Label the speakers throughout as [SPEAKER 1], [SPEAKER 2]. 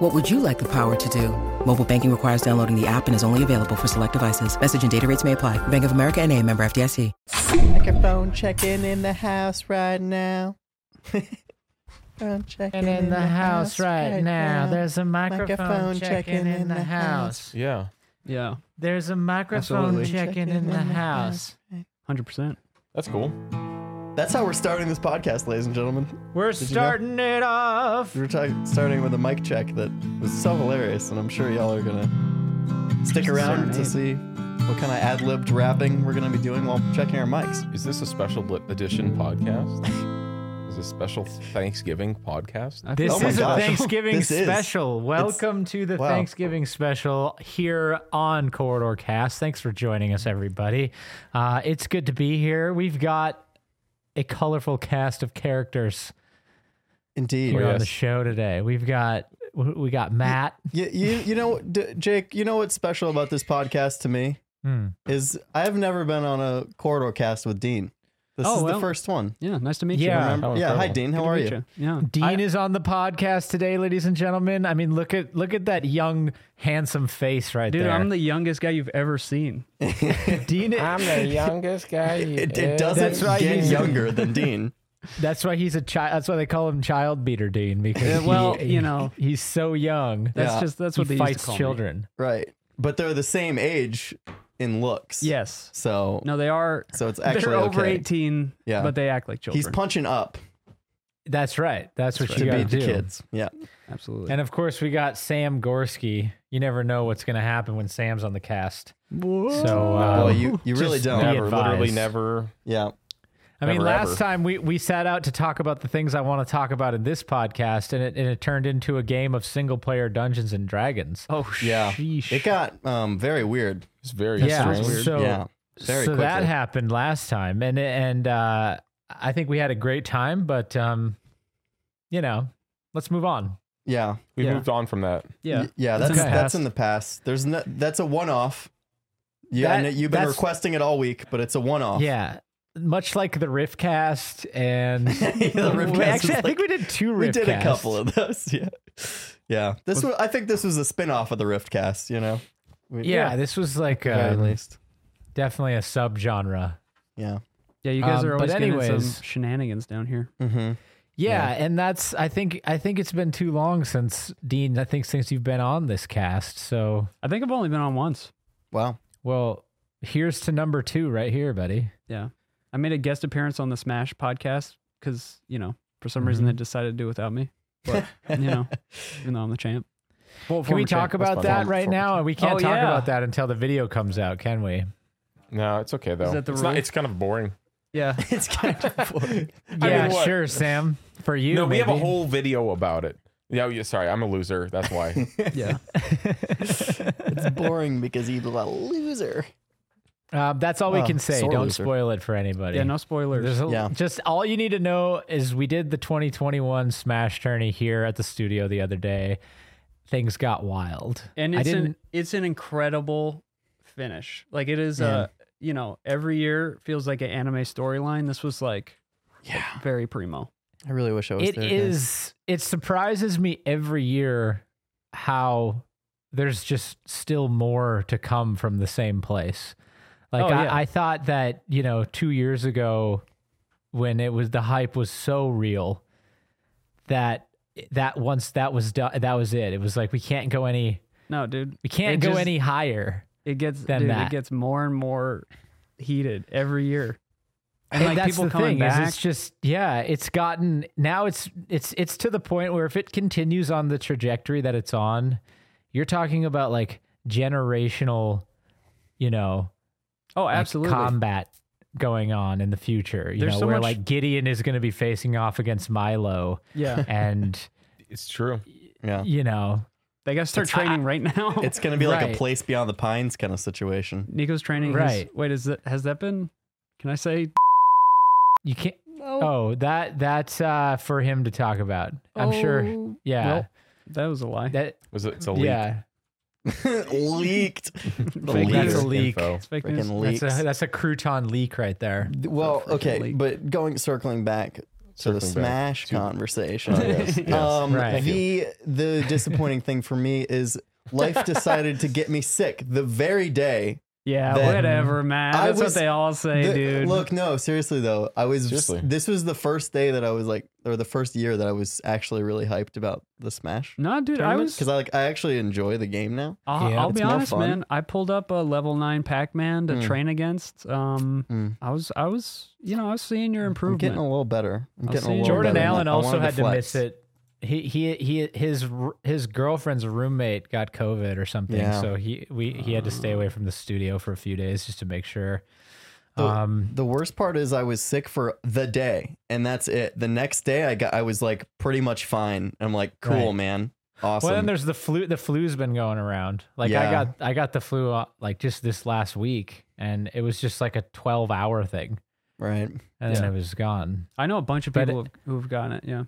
[SPEAKER 1] What would you like the power to do? Mobile banking requires downloading the app and is only available for select devices. Message and data rates may apply. Bank of America and a member FDIC.
[SPEAKER 2] Microphone checking in the house right now. Phone checking
[SPEAKER 3] And in the house right now, there's a microphone checking in the house.
[SPEAKER 4] Yeah.
[SPEAKER 5] Yeah,
[SPEAKER 3] There's a microphone
[SPEAKER 5] Absolutely.
[SPEAKER 3] checking in the house.
[SPEAKER 5] hundred percent.
[SPEAKER 4] That's cool.
[SPEAKER 2] That's how we're starting this podcast, ladies and gentlemen.
[SPEAKER 3] We're
[SPEAKER 2] you Oh know?
[SPEAKER 3] starting it off.
[SPEAKER 2] We're ta- starting with a mic check that was so hilarious, and I'm sure y'all are gonna stick around to
[SPEAKER 5] Serenade.
[SPEAKER 2] see what kind of ad-libbed rapping we're gonna be doing while checking our mics.
[SPEAKER 4] Is this a special bli- edition podcast? Is this a special Thanksgiving podcast?
[SPEAKER 3] This
[SPEAKER 2] Oh my
[SPEAKER 3] is
[SPEAKER 2] gosh.
[SPEAKER 3] a Thanksgiving
[SPEAKER 2] This is.
[SPEAKER 3] special. Welcome to the
[SPEAKER 2] wow.
[SPEAKER 3] Thanksgiving special here on Corridor Cast. Thanks for joining us, everybody. Uh, it's good to be here. We've got a colorful cast of characters
[SPEAKER 2] Indeed.
[SPEAKER 3] here on the
[SPEAKER 4] yes.
[SPEAKER 3] show today. We've got we got Matt.
[SPEAKER 2] You, you, you know, D- Jake, you know what's special about this podcast to me?
[SPEAKER 3] Hmm.
[SPEAKER 2] Is I've never been on a corridor cast with Dean. This
[SPEAKER 5] Oh,
[SPEAKER 2] is the
[SPEAKER 5] well.
[SPEAKER 2] first one.
[SPEAKER 5] Yeah, nice to meet
[SPEAKER 3] Yeah.
[SPEAKER 5] you.
[SPEAKER 2] Remember-
[SPEAKER 4] how
[SPEAKER 2] yeah, hi
[SPEAKER 4] incredible.
[SPEAKER 2] Dean,
[SPEAKER 5] Good
[SPEAKER 2] how
[SPEAKER 5] to
[SPEAKER 2] are
[SPEAKER 5] meet
[SPEAKER 2] you?
[SPEAKER 5] Yeah.
[SPEAKER 3] Dean is on the podcast today, ladies and gentlemen. I mean, look at look at that young, handsome face right
[SPEAKER 5] Dude,
[SPEAKER 3] there.
[SPEAKER 5] I'm the youngest guy you've ever seen.
[SPEAKER 3] Dean.
[SPEAKER 4] I'm the youngest guy.
[SPEAKER 2] It, it doesn't
[SPEAKER 3] That's right,
[SPEAKER 2] get
[SPEAKER 3] he's-
[SPEAKER 2] younger than Dean.
[SPEAKER 3] That's why he's a child. That's why they call him Child Beater Dean because
[SPEAKER 5] Yeah, well,
[SPEAKER 3] he-
[SPEAKER 5] you know.
[SPEAKER 3] he's so young.
[SPEAKER 5] That's
[SPEAKER 2] Yeah.
[SPEAKER 5] just that's
[SPEAKER 3] he
[SPEAKER 5] what they used to
[SPEAKER 3] fights
[SPEAKER 5] call me.
[SPEAKER 3] children.
[SPEAKER 2] Right. But they're the same age in looks.
[SPEAKER 5] Yes.
[SPEAKER 2] So
[SPEAKER 5] No, they are.
[SPEAKER 2] so it's actually
[SPEAKER 5] they're over
[SPEAKER 2] okay.
[SPEAKER 5] eighteen.
[SPEAKER 2] Yeah.
[SPEAKER 5] but they act like children.
[SPEAKER 2] He's punching up
[SPEAKER 3] That's right. That's what
[SPEAKER 2] to
[SPEAKER 3] you
[SPEAKER 2] beat
[SPEAKER 3] got to do.
[SPEAKER 2] the kids. Yeah.
[SPEAKER 5] Absolutely.
[SPEAKER 3] And of course, we got Sam Gorski. You never know what's going to happen when Sam's on the cast. So, uh,
[SPEAKER 2] well, you, you really
[SPEAKER 3] just
[SPEAKER 2] don't.
[SPEAKER 3] be
[SPEAKER 4] Never, literally
[SPEAKER 3] advised.
[SPEAKER 4] never.
[SPEAKER 2] Yeah.
[SPEAKER 3] I mean,
[SPEAKER 4] Never,
[SPEAKER 3] last
[SPEAKER 4] ever.
[SPEAKER 3] time we, we sat out to talk about the things I want to talk about in this podcast, and it, and it turned into a game of single player Dungeons and Dragons.
[SPEAKER 5] oh,
[SPEAKER 4] Yeah.
[SPEAKER 5] sheesh.
[SPEAKER 2] It got um very weird.
[SPEAKER 4] It's very
[SPEAKER 3] yeah,
[SPEAKER 4] strange.
[SPEAKER 3] so
[SPEAKER 2] yeah. Very
[SPEAKER 3] so that
[SPEAKER 2] quickly.
[SPEAKER 3] happened last time, and and uh, I think we had a great time, but um, you know, let's move on.
[SPEAKER 2] Yeah.
[SPEAKER 4] We
[SPEAKER 5] yeah.
[SPEAKER 4] moved on from that.
[SPEAKER 5] yeah.
[SPEAKER 2] Y- Yeah,
[SPEAKER 5] It's
[SPEAKER 2] that's
[SPEAKER 5] in the
[SPEAKER 2] that's
[SPEAKER 3] past.
[SPEAKER 2] in the past. There's no that's a one off. Yeah, I
[SPEAKER 3] That-
[SPEAKER 2] know you've been
[SPEAKER 3] that's-
[SPEAKER 2] requesting it all week, but it's a one off.
[SPEAKER 3] Yeah, much like the Riffcast and
[SPEAKER 2] the Riff
[SPEAKER 3] We-
[SPEAKER 2] Cast
[SPEAKER 3] actually,
[SPEAKER 2] is
[SPEAKER 3] I think we did two. Riffcasts.
[SPEAKER 2] We did a couple of those. Yeah. Yeah. This was, I think this was a spin off of the Riftcast, you know. We-
[SPEAKER 3] Yeah, this was like
[SPEAKER 2] at
[SPEAKER 3] um,
[SPEAKER 2] least.
[SPEAKER 3] definitely a subgenre.
[SPEAKER 2] Yeah.
[SPEAKER 5] Yeah, you guys
[SPEAKER 3] Um,
[SPEAKER 5] are
[SPEAKER 3] but
[SPEAKER 5] always getting
[SPEAKER 3] anyways-
[SPEAKER 5] some shenanigans down here.
[SPEAKER 2] Mm-hmm.
[SPEAKER 3] Yeah, and that's I think I think it's been too long since Dean. I think since you've been on this cast, so
[SPEAKER 5] I think I've only been on once.
[SPEAKER 2] Wow.
[SPEAKER 3] well, here's to number two right here, buddy.
[SPEAKER 5] Yeah, I made a guest appearance on the Smash podcast because you know for some reason they decided to do without me. But you know, even though I'm the champ. Well,
[SPEAKER 3] Can we
[SPEAKER 5] former champ.
[SPEAKER 3] talk about
[SPEAKER 4] fine.
[SPEAKER 3] that
[SPEAKER 4] Former
[SPEAKER 3] right
[SPEAKER 4] champ.
[SPEAKER 3] now? We can't
[SPEAKER 5] Oh,
[SPEAKER 3] talk
[SPEAKER 5] yeah.
[SPEAKER 3] about that until the video comes out, can we?
[SPEAKER 4] No, it's okay though.
[SPEAKER 5] Is that the
[SPEAKER 4] it's
[SPEAKER 5] rule?
[SPEAKER 4] it's kind of boring.
[SPEAKER 5] Yeah,
[SPEAKER 2] It's kind of boring.
[SPEAKER 3] yeah,
[SPEAKER 4] mean, what?
[SPEAKER 3] sure, Sam. For you,
[SPEAKER 4] no, we have a
[SPEAKER 3] maybe.
[SPEAKER 4] whole video about it. Yeah, yeah, sorry, I'm a loser. That's why.
[SPEAKER 5] yeah.
[SPEAKER 2] It's boring because he's a loser.
[SPEAKER 3] Uh, that's all we
[SPEAKER 2] Well,
[SPEAKER 3] can say.
[SPEAKER 2] sore
[SPEAKER 3] Don't
[SPEAKER 2] loser.
[SPEAKER 3] spoil it for anybody.
[SPEAKER 5] Oh, Yeah, no spoilers.
[SPEAKER 3] There's a,
[SPEAKER 2] Yeah.
[SPEAKER 3] just all you need to know is we did the 2021 Smash Tourney here at the studio the other day. Things got wild,
[SPEAKER 5] and
[SPEAKER 3] I
[SPEAKER 5] it's
[SPEAKER 3] didn't.
[SPEAKER 5] an it's an incredible finish. Like it is uh you know, every year feels like an anime storyline. This was like
[SPEAKER 2] Yeah.
[SPEAKER 5] very primo.
[SPEAKER 2] I really wish I was
[SPEAKER 3] It
[SPEAKER 2] there.
[SPEAKER 3] is. It surprises me every year how there's just still more to come from the same place. Like
[SPEAKER 5] Oh,
[SPEAKER 3] I,
[SPEAKER 5] yeah.
[SPEAKER 3] I thought that you know two years ago, when it was the hype was so real that that once that was done, that was it. It was like we can't go any
[SPEAKER 5] No, dude.
[SPEAKER 3] we can't
[SPEAKER 5] It
[SPEAKER 3] go
[SPEAKER 5] just-
[SPEAKER 3] any higher.
[SPEAKER 5] It gets
[SPEAKER 3] Than
[SPEAKER 5] dude,
[SPEAKER 3] that.
[SPEAKER 5] it gets more and more heated every year. And,
[SPEAKER 3] And
[SPEAKER 5] like
[SPEAKER 3] that's
[SPEAKER 5] people
[SPEAKER 3] the
[SPEAKER 5] coming
[SPEAKER 3] thing is
[SPEAKER 5] back.
[SPEAKER 3] it's just yeah, it's gotten now it's it's it's to the point where if it continues on the trajectory that it's on, you're talking about like generational, you know,
[SPEAKER 5] oh,
[SPEAKER 3] like,
[SPEAKER 5] absolutely.
[SPEAKER 3] combat going on in the future. You
[SPEAKER 5] There's
[SPEAKER 3] know,
[SPEAKER 5] so
[SPEAKER 3] where
[SPEAKER 5] much-
[SPEAKER 3] like Gideon is going to be facing off against Milo,
[SPEAKER 5] yeah.
[SPEAKER 3] and
[SPEAKER 4] it's true.
[SPEAKER 2] Yeah.
[SPEAKER 3] you know,
[SPEAKER 5] They got to start
[SPEAKER 3] It's- uh, I-
[SPEAKER 5] training Oh, right now.
[SPEAKER 2] It's going to be like
[SPEAKER 3] Right.
[SPEAKER 2] a place beyond the pines kind of situation.
[SPEAKER 5] Nico's training. his-
[SPEAKER 3] Right.
[SPEAKER 5] wait, is that has that been Can I say?
[SPEAKER 3] You can't. Oh, that that's uh, for him to talk about. I'm sure.
[SPEAKER 5] Oh,
[SPEAKER 3] Yeah.
[SPEAKER 5] Nope. That was a lie.
[SPEAKER 3] That.
[SPEAKER 4] Was it? It's a leak.
[SPEAKER 3] Yeah.
[SPEAKER 2] leaked. The
[SPEAKER 5] Fake
[SPEAKER 3] That's a
[SPEAKER 2] leaker.
[SPEAKER 3] leak.
[SPEAKER 4] Info.
[SPEAKER 5] it's fake news.
[SPEAKER 2] Freaking
[SPEAKER 3] That's
[SPEAKER 2] leaks.
[SPEAKER 3] a that's a crouton leak right there.
[SPEAKER 2] well,
[SPEAKER 5] freaking
[SPEAKER 2] okay,
[SPEAKER 5] leak.
[SPEAKER 2] but going circling back to
[SPEAKER 4] Circling
[SPEAKER 2] the
[SPEAKER 4] back
[SPEAKER 2] Smash
[SPEAKER 4] to-
[SPEAKER 2] conversation.
[SPEAKER 4] Oh, yes, yes.
[SPEAKER 2] Um,
[SPEAKER 3] Right.
[SPEAKER 2] the the disappointing thing for me is life decided to get me sick the very day.
[SPEAKER 5] Yeah,
[SPEAKER 2] That-
[SPEAKER 5] whatever, man.
[SPEAKER 2] I
[SPEAKER 5] That's
[SPEAKER 2] was-
[SPEAKER 5] what they all say,
[SPEAKER 2] The-
[SPEAKER 5] dude.
[SPEAKER 2] Look, no, seriously though, I was
[SPEAKER 4] Seriously.
[SPEAKER 2] this was the first day that I was like, or the first year that I was actually really hyped about the Smash
[SPEAKER 5] no, dude. I was.
[SPEAKER 2] because I like I actually enjoy the game now.
[SPEAKER 5] I'll,
[SPEAKER 3] Yeah,
[SPEAKER 5] I'll
[SPEAKER 2] it's
[SPEAKER 5] be
[SPEAKER 2] more
[SPEAKER 5] honest,
[SPEAKER 2] fun.
[SPEAKER 5] man. I pulled up a level nine Pac-Man to
[SPEAKER 3] Hmm.
[SPEAKER 2] Mm.
[SPEAKER 5] train against. Um,
[SPEAKER 2] Mm.
[SPEAKER 5] I was, I was, you know, I was seeing your
[SPEAKER 2] I'm getting a
[SPEAKER 5] improvement.
[SPEAKER 2] little better. I'm
[SPEAKER 5] I'll
[SPEAKER 2] getting a
[SPEAKER 5] see.
[SPEAKER 2] little
[SPEAKER 3] Jordan
[SPEAKER 2] better.
[SPEAKER 3] Allen
[SPEAKER 2] I
[SPEAKER 3] also
[SPEAKER 2] wanted
[SPEAKER 3] had to
[SPEAKER 2] flex.
[SPEAKER 3] miss it. He he he his r- his girlfriend's roommate got COVID or something,
[SPEAKER 2] Yeah.
[SPEAKER 3] so he we he had to stay away from the studio for a few days just to make sure.
[SPEAKER 2] The-
[SPEAKER 3] Um,
[SPEAKER 2] The worst part is I was sick for the day, and that's it. The next day, I got I was like pretty much fine. I'm like, cool,
[SPEAKER 3] Right.
[SPEAKER 2] man, awesome.
[SPEAKER 3] Well, then there's the flu. The flu's been going around. Like I
[SPEAKER 2] Yeah.
[SPEAKER 3] got I got the flu uh, like just this last week, and it was just like a 12 hour thing,
[SPEAKER 2] right?
[SPEAKER 3] and then it was gone.
[SPEAKER 5] I know a bunch of
[SPEAKER 3] But
[SPEAKER 5] people who've gotten it. Yeah,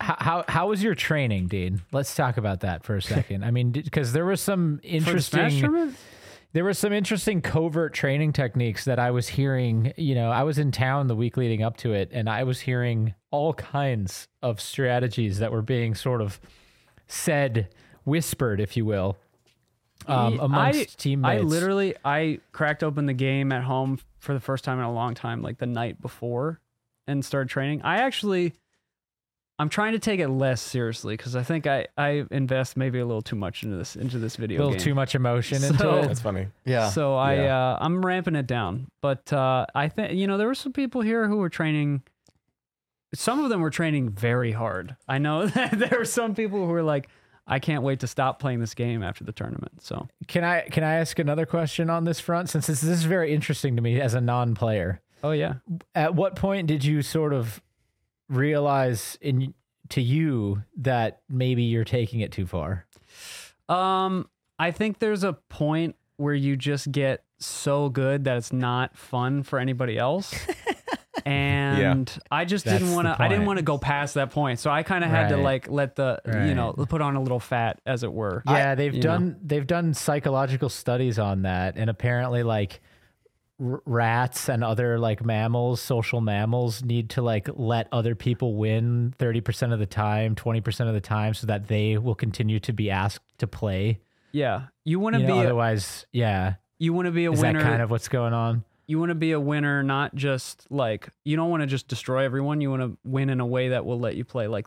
[SPEAKER 3] How, how how was your training, Dean? Let's talk about that for a second. I mean, because there was some
[SPEAKER 5] For the Smash
[SPEAKER 3] interesting.
[SPEAKER 5] tournament?
[SPEAKER 3] there were some interesting covert training techniques that I was hearing. You know, I was in town the week leading up to it, and I was hearing all kinds of strategies that were being sort of said, whispered, if you will, um,
[SPEAKER 5] Yeah,
[SPEAKER 3] amongst
[SPEAKER 5] I-
[SPEAKER 3] teammates.
[SPEAKER 5] I literally I cracked open the game at home for the first time in a long time, like the night before, and started training. I actually I'm trying to take it less seriously because I think I I invest maybe a little too much into this into this
[SPEAKER 3] a
[SPEAKER 5] video
[SPEAKER 3] little
[SPEAKER 5] game.
[SPEAKER 3] too much emotion
[SPEAKER 5] So-
[SPEAKER 3] into it.
[SPEAKER 4] That's funny.
[SPEAKER 2] Yeah.
[SPEAKER 5] So I
[SPEAKER 4] Yeah.
[SPEAKER 5] uh, I'm ramping it down, but uh, I think you know there were some people here who were training. Some of them were training very hard. I know that there were some people who were like, I can't wait to stop playing this game after the tournament. So
[SPEAKER 3] Can I can I ask another question on this front? Since this, this is very interesting to me as a non-player.
[SPEAKER 5] oh yeah,
[SPEAKER 3] At what point did you sort of realize in to you that maybe you're taking it too far?
[SPEAKER 5] Um, I think there's a point where you just get so good that it's not fun for anybody else. and I just
[SPEAKER 3] That's
[SPEAKER 5] didn't want to
[SPEAKER 3] the
[SPEAKER 5] I didn't
[SPEAKER 3] point.
[SPEAKER 5] want to go past that point. So I kind of had to
[SPEAKER 3] Right.
[SPEAKER 5] like let the, you
[SPEAKER 3] Right.
[SPEAKER 5] know, put on a little fat as it were.
[SPEAKER 3] Yeah, they've
[SPEAKER 5] you
[SPEAKER 3] done they've done psychological studies on that, and apparently, like r- rats and other like mammals, social mammals, need to like let other people win thirty percent of the time, twenty percent of the time, so that they will continue to be asked to play.
[SPEAKER 5] Yeah. You want to
[SPEAKER 3] You know,
[SPEAKER 5] be a,
[SPEAKER 3] otherwise, yeah,
[SPEAKER 5] you want to be a
[SPEAKER 3] is
[SPEAKER 5] winner.
[SPEAKER 3] that kind of what's going on?
[SPEAKER 5] you want to be a winner not just like you don't want to just destroy everyone. You want to win in a way that will let you play like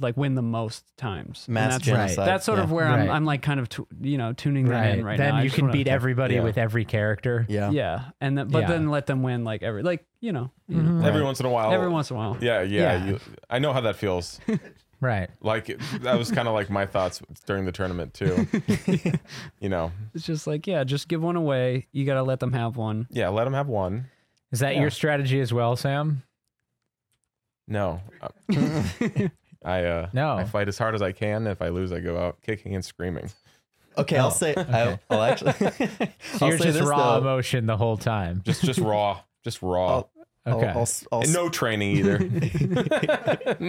[SPEAKER 5] like win the most times. And
[SPEAKER 2] Mass
[SPEAKER 5] that's
[SPEAKER 2] genocide.
[SPEAKER 5] that's sort of
[SPEAKER 2] Yeah.
[SPEAKER 5] where I'm,
[SPEAKER 3] Right.
[SPEAKER 5] I'm like kind of tu- you know tuning them in right
[SPEAKER 3] then
[SPEAKER 5] now. I
[SPEAKER 3] you
[SPEAKER 5] just
[SPEAKER 3] can
[SPEAKER 5] wanna-
[SPEAKER 3] beat everybody
[SPEAKER 4] Yeah.
[SPEAKER 3] with every character.
[SPEAKER 2] yeah.
[SPEAKER 5] yeah, and then but
[SPEAKER 3] Yeah.
[SPEAKER 5] then let them win like every like you know you know,
[SPEAKER 3] Mhm.
[SPEAKER 4] Every once in a while.
[SPEAKER 5] every once in a while.
[SPEAKER 4] Yeah, yeah.
[SPEAKER 3] Yeah.
[SPEAKER 4] You, I know how that feels.
[SPEAKER 3] Right.
[SPEAKER 4] Like it- that was kind of like my thoughts during the tournament too. you know,
[SPEAKER 5] It's just like yeah, just give one away. You gotta let them have one.
[SPEAKER 4] yeah. Let them have one.
[SPEAKER 3] Is that your strategy as well, Sam?
[SPEAKER 4] No, Uh, I uh,
[SPEAKER 3] No.
[SPEAKER 4] I fight as hard as I can. If I lose, I go out kicking and screaming.
[SPEAKER 2] Okay, I'll say. I, will
[SPEAKER 3] Oh,
[SPEAKER 2] actually.
[SPEAKER 3] So
[SPEAKER 2] I'll
[SPEAKER 3] you're
[SPEAKER 2] say
[SPEAKER 3] just
[SPEAKER 2] this,
[SPEAKER 3] raw
[SPEAKER 2] though.
[SPEAKER 3] emotion the whole time.
[SPEAKER 4] Just just raw, just raw.
[SPEAKER 2] I'll-
[SPEAKER 3] Okay.
[SPEAKER 2] I'll, I'll, s- I'll
[SPEAKER 4] And
[SPEAKER 2] s-
[SPEAKER 4] no training either.
[SPEAKER 3] he ain't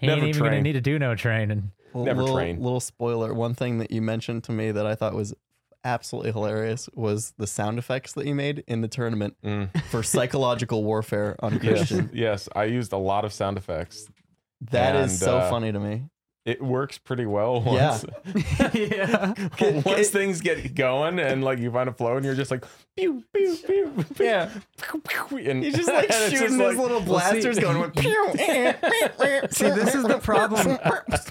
[SPEAKER 4] Never
[SPEAKER 3] even gonna
[SPEAKER 4] train.
[SPEAKER 3] need to do no training.
[SPEAKER 4] Never
[SPEAKER 2] little,
[SPEAKER 4] train.
[SPEAKER 2] Little spoiler. One thing that you mentioned to me that I thought was absolutely hilarious was the sound effects that you made in the tournament
[SPEAKER 4] Mm.
[SPEAKER 2] for psychological warfare on
[SPEAKER 4] yes,
[SPEAKER 2] Christian.
[SPEAKER 4] yes. I used a lot of sound effects.
[SPEAKER 2] That
[SPEAKER 4] And,
[SPEAKER 2] is so
[SPEAKER 4] uh,
[SPEAKER 2] funny to me.
[SPEAKER 4] It works pretty well
[SPEAKER 2] Yeah.
[SPEAKER 4] once.
[SPEAKER 5] yeah,
[SPEAKER 4] once things get going and like you find a flow and you're just like pew pew pew yeah and
[SPEAKER 2] He's just like
[SPEAKER 4] and it's
[SPEAKER 2] shooting
[SPEAKER 4] just,
[SPEAKER 2] his
[SPEAKER 4] like-
[SPEAKER 2] little blasters,
[SPEAKER 4] see-
[SPEAKER 2] going with pew.
[SPEAKER 5] See, this is the problem.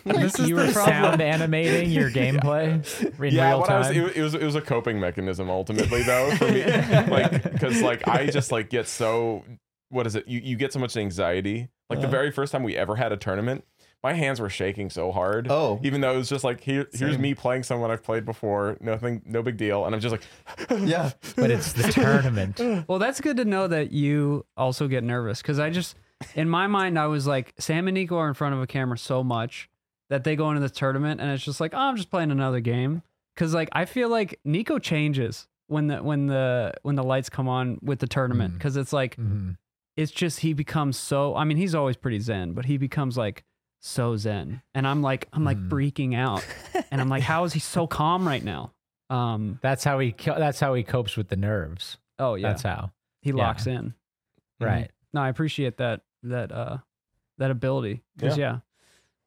[SPEAKER 5] This is
[SPEAKER 3] you
[SPEAKER 5] the
[SPEAKER 3] were
[SPEAKER 5] problem.
[SPEAKER 3] sound animating your gameplay in
[SPEAKER 4] yeah
[SPEAKER 3] real
[SPEAKER 4] what I
[SPEAKER 3] time.
[SPEAKER 4] was, it, was- it was it was a coping mechanism ultimately though for me like because like I just like get so what is it you you get so much anxiety like the very first time we ever had a tournament my hands were shaking so hard
[SPEAKER 2] Oh.
[SPEAKER 4] even though it was just like here here's me playing someone I've played before nothing no big deal and I'm just like
[SPEAKER 2] yeah.
[SPEAKER 3] but it's the tournament.
[SPEAKER 5] Well, that's good to know that you also get nervous because I just, in my mind, I was like, Sam and Nico are in front of a camera so much that they go into the tournament and it's just like, oh, I'm just playing another game. Because, like, I feel like Nico changes when the when the when the lights come on with the tournament
[SPEAKER 3] Mm.
[SPEAKER 5] because it's like
[SPEAKER 3] hmm
[SPEAKER 5] it's just he becomes so i mean he's always pretty zen but he becomes like so zen and i'm like i'm like
[SPEAKER 3] Mm.
[SPEAKER 5] freaking out and i'm like how is he so calm right now um
[SPEAKER 3] That's how he. co- That's how he copes with the nerves.
[SPEAKER 5] oh yeah Mm-hmm.
[SPEAKER 3] That's how.
[SPEAKER 5] he
[SPEAKER 3] yeah.
[SPEAKER 5] locks in
[SPEAKER 3] Right.
[SPEAKER 5] no i appreciate that that uh that ability 'Cause, yeah.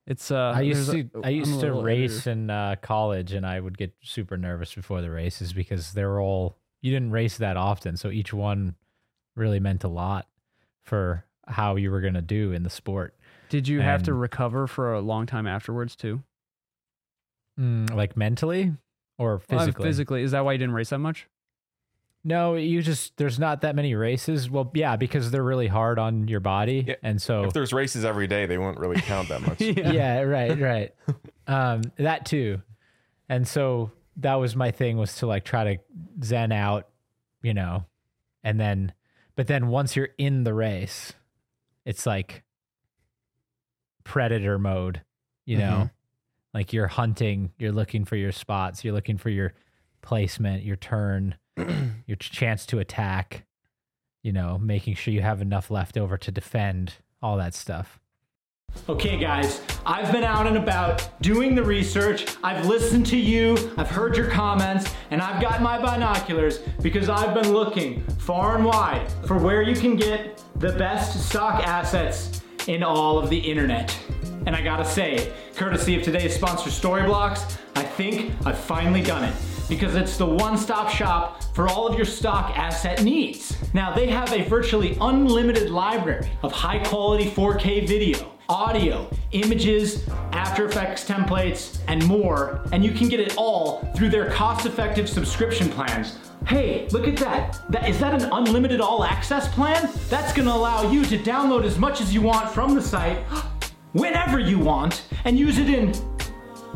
[SPEAKER 5] it's uh
[SPEAKER 3] I used
[SPEAKER 5] there's
[SPEAKER 3] to.
[SPEAKER 5] a-
[SPEAKER 3] I
[SPEAKER 5] I'm
[SPEAKER 3] used
[SPEAKER 5] a
[SPEAKER 3] to
[SPEAKER 5] little
[SPEAKER 3] race
[SPEAKER 5] editor.
[SPEAKER 3] in uh, college, and I would get super nervous before the races because they were all. You didn't race that often, so each one really meant a lot for how you were gonna do in the sport.
[SPEAKER 5] did you have to
[SPEAKER 3] and-
[SPEAKER 5] recover for a long time afterwards too
[SPEAKER 3] Mm, like mentally or
[SPEAKER 5] Well,
[SPEAKER 3] physically.
[SPEAKER 5] physically is that why you didn't race that much
[SPEAKER 3] No, you just there's not that many races. Well, yeah, because they're really hard on your body,
[SPEAKER 4] Yeah,
[SPEAKER 3] and so
[SPEAKER 4] If there's races every day, they won't really count that much.
[SPEAKER 3] Oh. yeah, right, right. Um, that too. And so that was my thing was to like try to zen out, you know, and then, but then once you're in the race, it's like predator mode, you know, like you're hunting, you're looking for your spots, you're looking for your placement, your turn, your ch- chance to attack, you know, making sure you have enough left over to defend, all that stuff.
[SPEAKER 6] Okay, guys, I've been out and about doing the research. I've listened to you, I've heard your comments, and I've got my binoculars because I've been looking far and wide for where you can get the best stock assets in all of the internet. And I gotta say, courtesy of today's sponsor, Storyblocks, I think I've finally done it because it's the one stop shop for all of your stock asset needs. Now, they have a virtually unlimited library of high quality 4K video audio, images, After Effects templates, and more, and you can get it all through their cost effective subscription plans. Hey, look at that. that. Is that an unlimited all access plan? That's gonna allow you to download as much as you want from the site whenever you want and use it in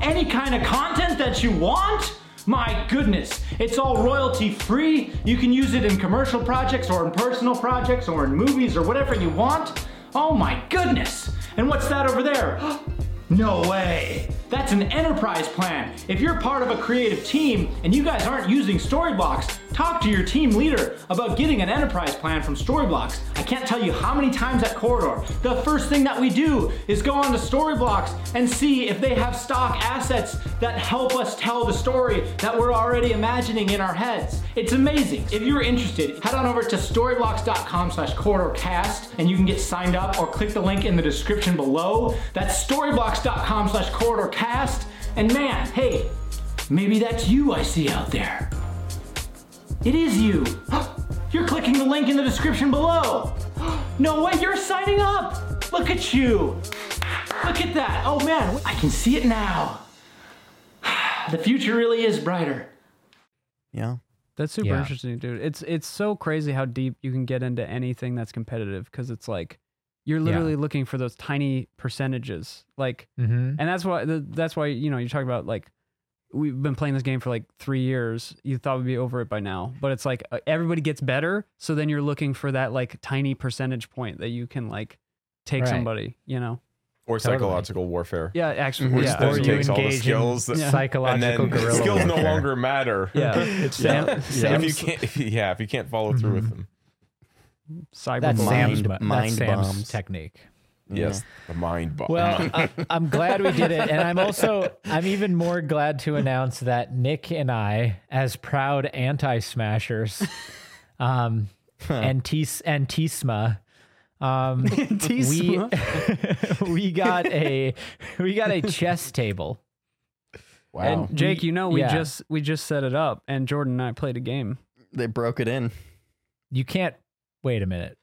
[SPEAKER 6] any kind of content that you want? My goodness, it's all royalty free. You can use it in commercial projects or in personal projects or in movies or whatever you want. Oh my goodness. And what's that over there? No way. That's an enterprise plan. If you're part of a creative team and you guys aren't using Storyblocks, talk to your team leader about getting an enterprise plan from Storyblocks. I can't tell you how many times at Corridor, the first thing that we do is go on to Storyblocks and see if they have stock assets that help us tell the story that we're already imagining in our heads. It's amazing. If you're interested, head on over to storyblocks.com slash corridorcast and you can get signed up or click the link in the description below. That's storyblocks.com slash corridorcast. And man, hey, maybe that's you I see out there. It is you. You're clicking the link in the description below. No way, you're signing up. Look at you. Look at that. Oh man, I can see it now. The future really is brighter.
[SPEAKER 2] Yeah.
[SPEAKER 5] That's super
[SPEAKER 3] Yeah.
[SPEAKER 5] interesting, dude. It's it's so crazy how deep you can get into anything that's competitive because it's like you're literally looking for those tiny percentages. Like,
[SPEAKER 3] Mm-hmm.
[SPEAKER 5] and that's why the, that's why you know you talk about like we've been playing this game for like three years. You thought we'd be over it by now, but it's like uh, everybody gets better. So then you're looking for that like tiny percentage point that you can like take
[SPEAKER 3] Right.
[SPEAKER 5] somebody. You know?
[SPEAKER 4] Or
[SPEAKER 3] Totally.
[SPEAKER 4] psychological warfare.
[SPEAKER 5] Yeah, actually,
[SPEAKER 4] Which
[SPEAKER 5] yeah.
[SPEAKER 4] then
[SPEAKER 3] Or you
[SPEAKER 4] Mm-hmm. takes all the
[SPEAKER 3] engage in
[SPEAKER 4] skills that-
[SPEAKER 5] Yeah.
[SPEAKER 4] And
[SPEAKER 3] psychological
[SPEAKER 4] then
[SPEAKER 3] guerrilla
[SPEAKER 4] skills no
[SPEAKER 3] warfare.
[SPEAKER 4] longer matter.
[SPEAKER 5] Yeah, it's Sam,
[SPEAKER 2] Yeah.
[SPEAKER 4] If you
[SPEAKER 5] Sam's
[SPEAKER 4] can't, if you, yeah, if you can't follow through
[SPEAKER 3] Mm-hmm.
[SPEAKER 4] with them,
[SPEAKER 3] That's
[SPEAKER 5] cyberbullying.
[SPEAKER 2] Mind-
[SPEAKER 3] Sam's, mo-
[SPEAKER 2] mind
[SPEAKER 3] that's Sam's
[SPEAKER 2] bombs.
[SPEAKER 3] technique.
[SPEAKER 4] yes, the mind bomb.
[SPEAKER 3] Well, I, I'm glad we did it, and I'm also I'm even more glad to announce that Nick and I, as proud anti-smashers, um, and Tis and Tisma, um, we we got a we got a chess table.
[SPEAKER 4] wow.
[SPEAKER 3] and-
[SPEAKER 5] Jake,
[SPEAKER 3] We-
[SPEAKER 5] you know we
[SPEAKER 3] yeah.
[SPEAKER 5] just we just set it up, and Jordan and I played a game.
[SPEAKER 2] They broke it in.
[SPEAKER 3] You can't wait a minute.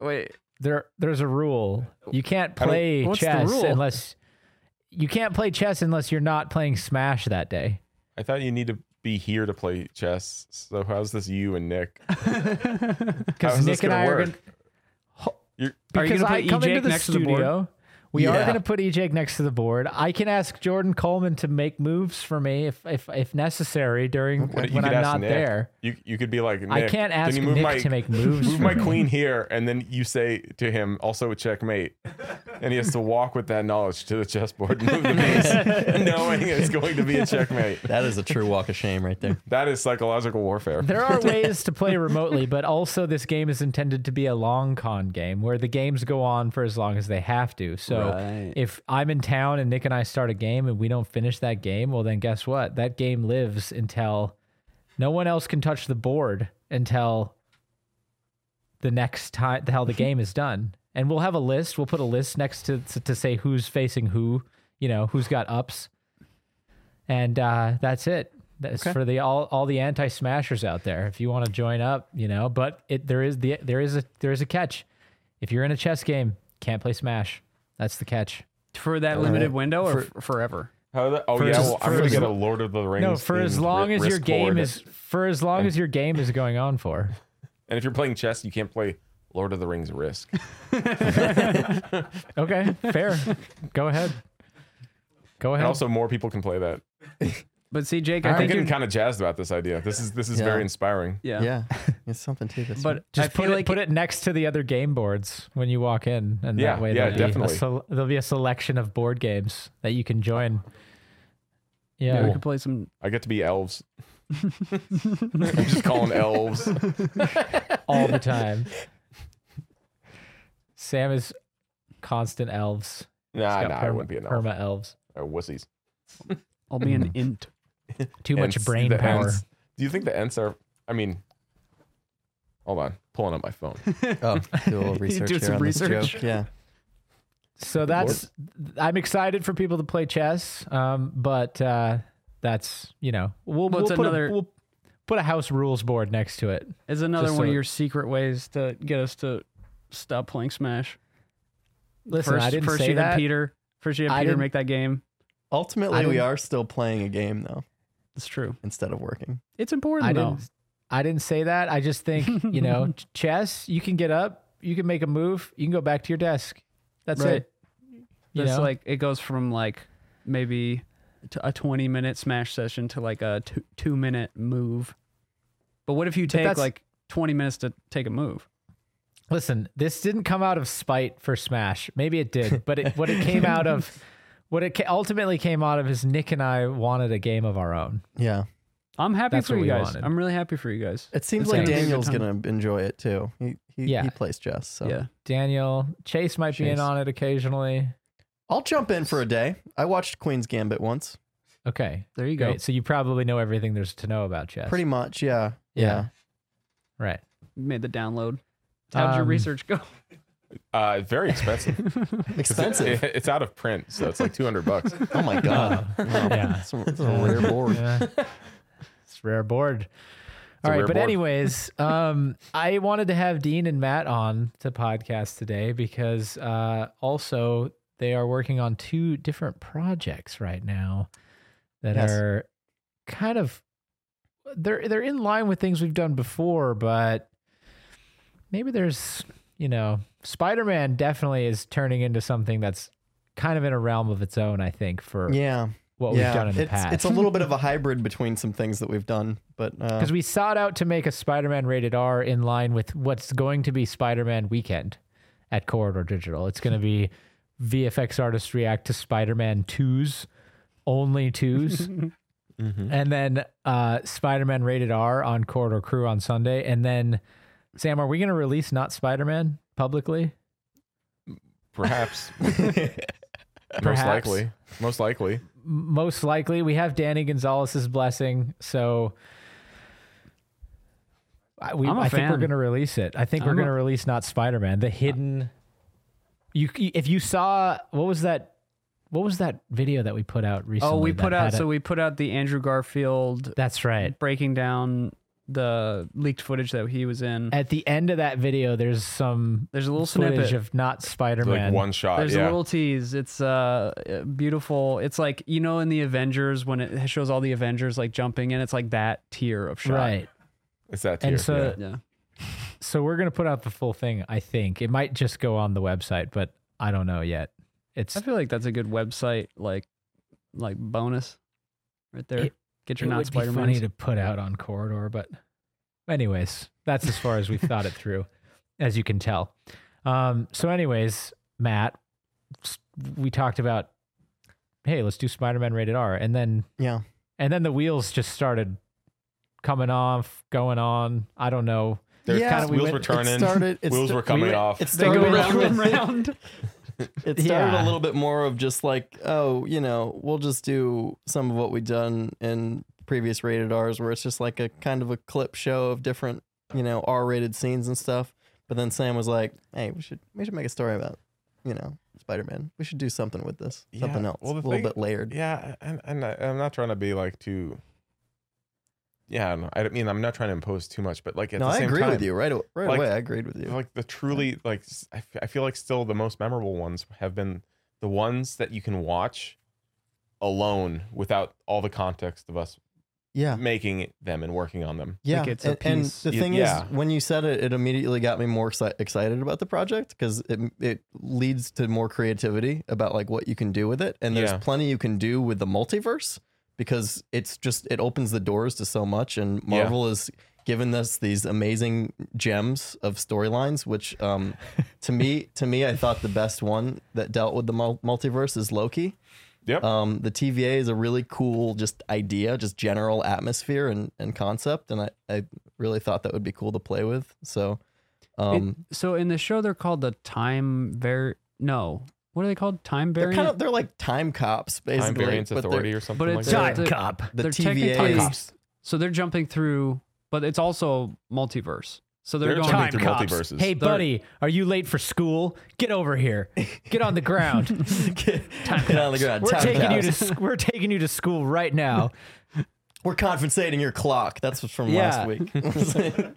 [SPEAKER 5] Wait,
[SPEAKER 3] there there's a rule. You can't play
[SPEAKER 5] what's the
[SPEAKER 3] chess
[SPEAKER 5] rule?
[SPEAKER 3] unless you can't play chess unless you're not playing Smash that day.
[SPEAKER 4] I thought you need to be here to play chess. So how's this you and Nick? How
[SPEAKER 3] Because
[SPEAKER 4] is
[SPEAKER 3] Nick and
[SPEAKER 4] this gonna
[SPEAKER 3] I are
[SPEAKER 4] work?
[SPEAKER 3] gonna
[SPEAKER 4] You're,
[SPEAKER 5] Are you
[SPEAKER 3] because
[SPEAKER 5] gonna
[SPEAKER 3] I
[SPEAKER 5] put
[SPEAKER 3] come
[SPEAKER 5] E-Jake
[SPEAKER 3] into the
[SPEAKER 5] next to the board?
[SPEAKER 3] studio. we are
[SPEAKER 2] Yeah.
[SPEAKER 3] going to put Ejake next to the board. I can ask Jordan Coleman to make moves for me if if, if necessary during
[SPEAKER 4] you
[SPEAKER 3] when
[SPEAKER 4] could
[SPEAKER 3] I'm
[SPEAKER 4] ask
[SPEAKER 3] not
[SPEAKER 4] Nick.
[SPEAKER 3] there.
[SPEAKER 4] You you could be like Nick,
[SPEAKER 3] I can't
[SPEAKER 4] can
[SPEAKER 3] ask
[SPEAKER 4] you move
[SPEAKER 3] Nick
[SPEAKER 4] my,
[SPEAKER 3] to make moves.
[SPEAKER 4] move
[SPEAKER 3] for
[SPEAKER 4] my
[SPEAKER 3] me.
[SPEAKER 4] queen here, and then you say to him also a checkmate. and he has to walk with that knowledge to the chessboard, move the piece, knowing it's going to be a checkmate.
[SPEAKER 2] That is a true walk of shame right there.
[SPEAKER 4] That is psychological warfare.
[SPEAKER 3] There are ways to play remotely, but also this game is intended to be a long con game where the games go on for as long as they have to. So
[SPEAKER 5] Right.
[SPEAKER 3] if I'm in town and Nick and I start a game and we don't finish that game, well, then guess what? That game lives until no one else can touch the board until the next time the hell the game is done. And we'll have a list. We'll put a list next to to, to say who's facing who. You know who's got ups, and uh, that's it. That's for the all all the anti smashers out there. If you want to join up, you know. But it there is the there is a there is a catch. If you're in a chess game, can't play Smash. That's the catch.
[SPEAKER 5] for that limited window or f- forever?
[SPEAKER 4] How the, oh
[SPEAKER 3] For
[SPEAKER 4] yeah,
[SPEAKER 3] as-
[SPEAKER 4] well, I'm
[SPEAKER 3] for
[SPEAKER 4] gonna
[SPEAKER 3] as
[SPEAKER 4] get a
[SPEAKER 3] lo-
[SPEAKER 4] Lord of the Rings.
[SPEAKER 3] No, for as
[SPEAKER 4] themed
[SPEAKER 3] long
[SPEAKER 4] ri-
[SPEAKER 3] as your
[SPEAKER 4] wrist
[SPEAKER 3] game
[SPEAKER 4] board.
[SPEAKER 3] is for as long as your game is going on for.
[SPEAKER 4] and if you're playing chess, you can't play Lord of the Rings Risk.
[SPEAKER 3] Okay, fair. Go ahead. Go ahead.
[SPEAKER 4] And also, more people can play that.
[SPEAKER 5] But see, Jake,
[SPEAKER 3] All
[SPEAKER 5] I
[SPEAKER 3] right.
[SPEAKER 4] I'm
[SPEAKER 5] think
[SPEAKER 4] getting
[SPEAKER 5] you're,
[SPEAKER 4] kind of jazzed about this idea. This is this is
[SPEAKER 2] Yeah.
[SPEAKER 4] very inspiring.
[SPEAKER 5] yeah.
[SPEAKER 2] Yeah, it's something to this.
[SPEAKER 5] But
[SPEAKER 3] Just
[SPEAKER 5] I feel
[SPEAKER 3] put it,
[SPEAKER 5] like
[SPEAKER 3] put it next to the other game boards when you walk in, and
[SPEAKER 4] Yeah,
[SPEAKER 3] that way there'll,
[SPEAKER 4] yeah,
[SPEAKER 3] be a
[SPEAKER 4] definitely.
[SPEAKER 3] sel- there'll be a selection of board games that you can join.
[SPEAKER 5] yeah,
[SPEAKER 3] Yeah,
[SPEAKER 5] we could play some
[SPEAKER 4] I get to be elves. I'm just calling elves.
[SPEAKER 3] all the time. Sam is constant elves.
[SPEAKER 4] Nah,
[SPEAKER 3] He's got
[SPEAKER 4] nah, I
[SPEAKER 3] perma-
[SPEAKER 4] wouldn't be an elf.
[SPEAKER 3] Perma elves.
[SPEAKER 4] They're wussies.
[SPEAKER 5] I'll be an int.
[SPEAKER 3] Too much
[SPEAKER 4] Ents-
[SPEAKER 3] brain
[SPEAKER 4] the
[SPEAKER 3] power.
[SPEAKER 4] Ents. Do you think the Ents are? I mean, hold on, pulling up my phone.
[SPEAKER 2] oh, do a little research
[SPEAKER 5] do
[SPEAKER 2] here
[SPEAKER 5] some
[SPEAKER 2] on this
[SPEAKER 5] research.
[SPEAKER 2] joke. Yeah,
[SPEAKER 3] So that's I'm excited for people to play chess. Um, but uh, that's you know we'll,
[SPEAKER 5] Well,
[SPEAKER 3] we'll
[SPEAKER 5] it's
[SPEAKER 3] put
[SPEAKER 5] another-
[SPEAKER 3] a, we'll put a house rules board next to it.
[SPEAKER 5] It's another
[SPEAKER 3] Just
[SPEAKER 5] one
[SPEAKER 3] so-
[SPEAKER 5] of your secret ways to get us to stop playing Smash.
[SPEAKER 3] Listen,
[SPEAKER 5] first,
[SPEAKER 3] I didn't
[SPEAKER 5] first
[SPEAKER 3] say
[SPEAKER 5] you had
[SPEAKER 3] that.
[SPEAKER 5] Peter. First you had
[SPEAKER 3] I
[SPEAKER 5] Peter
[SPEAKER 3] didn't-
[SPEAKER 5] make that game.
[SPEAKER 2] ultimately
[SPEAKER 3] I
[SPEAKER 2] we
[SPEAKER 3] didn't-
[SPEAKER 2] are still playing a game though
[SPEAKER 5] It's true.
[SPEAKER 2] instead of working.
[SPEAKER 5] It's important
[SPEAKER 3] I
[SPEAKER 5] though.
[SPEAKER 3] didn't. I didn't say that. I just think you know ch- chess. You can get up. You can make a move. You can go back to your desk. That's
[SPEAKER 5] Right.
[SPEAKER 3] it. You
[SPEAKER 5] That's
[SPEAKER 3] know?
[SPEAKER 5] like it goes from like maybe t- a twenty minute Smash session to like a two, two minute move. But what if you take
[SPEAKER 3] that's-
[SPEAKER 5] like twenty minutes to take a move?
[SPEAKER 3] Listen, this didn't come out of spite for Smash. Maybe it did, but it, what it came out of, what it ca- ultimately came out of is Nick and I wanted a game of our own.
[SPEAKER 2] Yeah,
[SPEAKER 5] I'm happy
[SPEAKER 3] That's
[SPEAKER 5] for
[SPEAKER 3] what
[SPEAKER 5] you
[SPEAKER 3] we
[SPEAKER 5] guys.
[SPEAKER 3] wanted.
[SPEAKER 5] I'm really happy for you guys.
[SPEAKER 2] it seems
[SPEAKER 5] It's gonna
[SPEAKER 2] like
[SPEAKER 5] be a good
[SPEAKER 2] Daniel's
[SPEAKER 5] time.
[SPEAKER 2] gonna enjoy it too. He he,
[SPEAKER 3] Yeah.
[SPEAKER 2] he plays chess, so
[SPEAKER 5] Yeah.
[SPEAKER 3] Daniel Chase might be in
[SPEAKER 2] Chase.
[SPEAKER 3] on it occasionally.
[SPEAKER 2] I'll jump in for a day. I watched Queen's Gambit once,
[SPEAKER 3] Okay,
[SPEAKER 5] There you go.
[SPEAKER 3] great. So you probably know everything there's to know about chess.
[SPEAKER 2] pretty much. Yeah,
[SPEAKER 3] Yeah.
[SPEAKER 2] yeah.
[SPEAKER 3] right.
[SPEAKER 5] Made the download. How'd your
[SPEAKER 3] Um,
[SPEAKER 5] research go?
[SPEAKER 4] Uh, very expensive. 'Cause
[SPEAKER 2] Expensive.
[SPEAKER 4] It, it's out of print, so it's like 200 bucks.
[SPEAKER 2] Oh my god,
[SPEAKER 3] Um, yeah.
[SPEAKER 2] it's, a, it's a rare board.
[SPEAKER 3] Yeah. It's a rare board.
[SPEAKER 4] a
[SPEAKER 3] All right,
[SPEAKER 4] rare
[SPEAKER 3] but
[SPEAKER 4] board.
[SPEAKER 3] anyways, um, I wanted to have Dean and Matt on to podcast today because uh, also they are working on two different projects right now that
[SPEAKER 2] Yes.
[SPEAKER 3] are kind of they're they're in line with things we've done before, but maybe there's you know Spider Man definitely is turning into something that's kind of in a realm of its own. I think for
[SPEAKER 2] Yeah,
[SPEAKER 3] what
[SPEAKER 2] yeah.
[SPEAKER 3] we've done in the
[SPEAKER 2] it's,
[SPEAKER 3] past,
[SPEAKER 2] it's a little bit of a hybrid between some things that we've done, but uh,
[SPEAKER 3] because we sought out to make a Spider-Man rated R in line with what's going to be Spider-Man Weekend at Corridor Digital. It's going to be VFX artists react to Spider-Man twos, only 2s and then uh, Spider-Man rated R on Corridor Crew on Sunday, and then Sam, are we going to release not Spider-Man publicly?
[SPEAKER 4] Perhaps. Most
[SPEAKER 3] Perhaps.
[SPEAKER 4] likely. Most likely.
[SPEAKER 3] M- Most likely, we have Danny Gonzalez's blessing, so. I, we,
[SPEAKER 5] I'm a
[SPEAKER 3] I think we're
[SPEAKER 5] fan.
[SPEAKER 3] going to release it. I think we're
[SPEAKER 5] I'm a-
[SPEAKER 3] going to release not Spider-Man, the hidden. You, you- if you saw what was that, what was that video that we put out recently?
[SPEAKER 5] Oh, we
[SPEAKER 3] that
[SPEAKER 5] put out
[SPEAKER 3] had a-
[SPEAKER 5] so we put out the Andrew Garfield
[SPEAKER 3] that's right.
[SPEAKER 5] breaking down the leaked footage that he was in.
[SPEAKER 3] At the end of that video, there's some
[SPEAKER 5] There's a little
[SPEAKER 3] footage
[SPEAKER 5] snippet.
[SPEAKER 3] of not
[SPEAKER 4] Like
[SPEAKER 3] Spider-Man.
[SPEAKER 4] one shot.
[SPEAKER 5] There's
[SPEAKER 4] yeah.
[SPEAKER 5] a little tease. It's uh uh, beautiful. It's like you know in the Avengers when it shows all the Avengers like jumping in. It's like that tier of shot.
[SPEAKER 3] right?
[SPEAKER 4] it's that tier.
[SPEAKER 3] And so
[SPEAKER 4] yeah.
[SPEAKER 5] Yeah.
[SPEAKER 3] so we're gonna put out the full thing. I think it might just go on the website, but I don't know yet. It's
[SPEAKER 5] I feel like that's a good website like like bonus right there.
[SPEAKER 3] It-
[SPEAKER 5] Get your
[SPEAKER 3] it
[SPEAKER 5] not
[SPEAKER 3] would be
[SPEAKER 5] Spider
[SPEAKER 3] funny
[SPEAKER 5] Man.
[SPEAKER 3] to put out on corridor, but anyways, that's as far as we thought it through, as you can tell. Um, so, anyways, Matt, s- we talked about, hey, let's do Spider-Man rated R, and then
[SPEAKER 2] Yeah.
[SPEAKER 3] and then the wheels just started coming off, going on. I don't know.
[SPEAKER 4] There's
[SPEAKER 2] Yeah.
[SPEAKER 4] kind of
[SPEAKER 2] Kinda we
[SPEAKER 4] wheels
[SPEAKER 2] went-
[SPEAKER 4] were
[SPEAKER 2] it
[SPEAKER 4] turning.
[SPEAKER 2] started- it
[SPEAKER 4] wheels
[SPEAKER 2] sta-
[SPEAKER 4] were coming
[SPEAKER 2] we-
[SPEAKER 4] off.
[SPEAKER 2] It
[SPEAKER 5] They go
[SPEAKER 2] started,
[SPEAKER 5] round and
[SPEAKER 2] with-
[SPEAKER 5] round.
[SPEAKER 2] it started
[SPEAKER 3] Yeah.
[SPEAKER 2] a little bit more of just like, oh, you know, we'll just do some of what we've done in previous rated R's where it's just like a kind of a clip show of different, you know, R rated scenes and stuff. But then Sam was like, Hey, we should we should make a story about, you know, Spider Man. We should do something with this. Something
[SPEAKER 4] Yeah,
[SPEAKER 2] else.
[SPEAKER 4] well,
[SPEAKER 2] a
[SPEAKER 4] the
[SPEAKER 2] little
[SPEAKER 4] thing-
[SPEAKER 2] bit layered.
[SPEAKER 4] yeah, and, and I, I'm not trying to be like too. Yeah, I, don't know. I don't mean I'm not trying to impose too much, but like at
[SPEAKER 2] no,
[SPEAKER 4] the
[SPEAKER 2] I
[SPEAKER 4] same
[SPEAKER 2] agree
[SPEAKER 4] time,
[SPEAKER 2] with you right, aw- right
[SPEAKER 4] Like-
[SPEAKER 2] away. I agreed with you.
[SPEAKER 4] like the truly like s- I f- I feel like still the most memorable ones have been the ones that you can watch alone without all the context of us
[SPEAKER 2] yeah.
[SPEAKER 4] making them and working on them.
[SPEAKER 2] Yeah,
[SPEAKER 5] it's a
[SPEAKER 2] and, and
[SPEAKER 5] piece.
[SPEAKER 2] the
[SPEAKER 4] Y-
[SPEAKER 2] thing
[SPEAKER 4] yeah.
[SPEAKER 2] is, when you said it, it immediately got me more exci- excited about the project because it it leads to more creativity about like what you can do with it, and there's
[SPEAKER 4] Yeah.
[SPEAKER 2] plenty you can do with the multiverse because it's just it opens the doors to so much, and Marvel has given us these amazing gems of storylines, which um, to me to me I thought the best one that dealt with the mul- multiverse is Loki.
[SPEAKER 4] Yep.
[SPEAKER 2] Um, the TVA is a really cool just idea, just general atmosphere and, and concept, and I, I really thought that would be cool to play with. So, um,
[SPEAKER 5] It- so in the show, they're called the time var. No, what are they called? Time
[SPEAKER 2] they're
[SPEAKER 5] variant.
[SPEAKER 2] kind of they're like time cops
[SPEAKER 4] Time
[SPEAKER 2] basically.
[SPEAKER 4] variance
[SPEAKER 2] but they're-
[SPEAKER 4] authority or something
[SPEAKER 5] but
[SPEAKER 4] like
[SPEAKER 5] it's
[SPEAKER 4] that.
[SPEAKER 5] they're-
[SPEAKER 3] cop.
[SPEAKER 2] The
[SPEAKER 5] They're
[SPEAKER 2] TVA
[SPEAKER 5] technically-
[SPEAKER 4] Time
[SPEAKER 2] is
[SPEAKER 4] cops.
[SPEAKER 5] So they're jumping through, but it's also multiverse. So they're,
[SPEAKER 4] They're
[SPEAKER 5] going
[SPEAKER 4] jumping
[SPEAKER 3] Time
[SPEAKER 4] through
[SPEAKER 3] cops.
[SPEAKER 4] multiverses.
[SPEAKER 3] Hey,
[SPEAKER 5] They're-
[SPEAKER 3] buddy, are you late for school? Get over here. Get on the ground.
[SPEAKER 2] Get on the ground.
[SPEAKER 3] We're
[SPEAKER 2] Time
[SPEAKER 3] taking you to
[SPEAKER 2] cops.
[SPEAKER 3] sc- we're taking you to school right now.
[SPEAKER 2] We're compensating your clock. That's what's from
[SPEAKER 3] Yeah.
[SPEAKER 2] last week.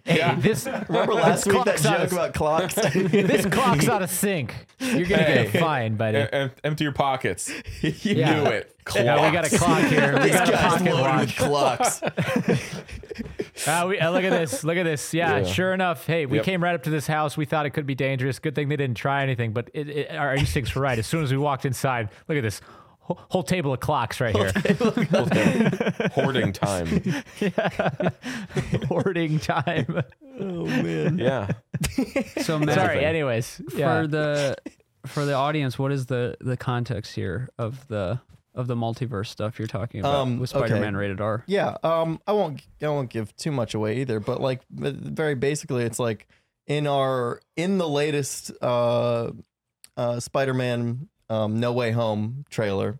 [SPEAKER 3] Hey, this
[SPEAKER 2] Remember last
[SPEAKER 3] this
[SPEAKER 2] week that
[SPEAKER 3] clock's out
[SPEAKER 2] joke
[SPEAKER 3] of-
[SPEAKER 2] about clocks?
[SPEAKER 3] this clock's out of sync. You're gonna get
[SPEAKER 4] Hey.
[SPEAKER 3] a fine, buddy.
[SPEAKER 4] E, Em- em- empty your pockets. You
[SPEAKER 3] Yeah.
[SPEAKER 4] knew it.
[SPEAKER 3] Yeah, we got a clock here. We
[SPEAKER 2] This
[SPEAKER 3] got a
[SPEAKER 2] guy's
[SPEAKER 3] pocket
[SPEAKER 2] loaded
[SPEAKER 3] watch.
[SPEAKER 2] with clocks.
[SPEAKER 3] Uh, we, uh, look at this. Look at this. Yeah,
[SPEAKER 4] Yeah.
[SPEAKER 3] sure enough. Hey, we
[SPEAKER 4] Yep.
[SPEAKER 3] came right up to this house. We thought it could be dangerous. Good thing they didn't try anything, but it, it, our instincts were right. As soon as we walked inside, look at this whole, whole table of clocks right here.
[SPEAKER 4] clock. Hoarding time.
[SPEAKER 3] Hoarding time.
[SPEAKER 2] Oh man.
[SPEAKER 4] Yeah.
[SPEAKER 5] So Matt,
[SPEAKER 3] Sorry. Anyways, yeah.
[SPEAKER 5] for the for the audience, what is the the context here of the of the multiverse stuff you're talking about
[SPEAKER 2] Um,
[SPEAKER 5] with
[SPEAKER 2] okay.
[SPEAKER 5] Spider-Man rated R?
[SPEAKER 2] Yeah, um, I won't, I won't give too much away either. But like, but very basically, it's like in our in the latest uh, uh, Spider-Man um, No Way Home trailer,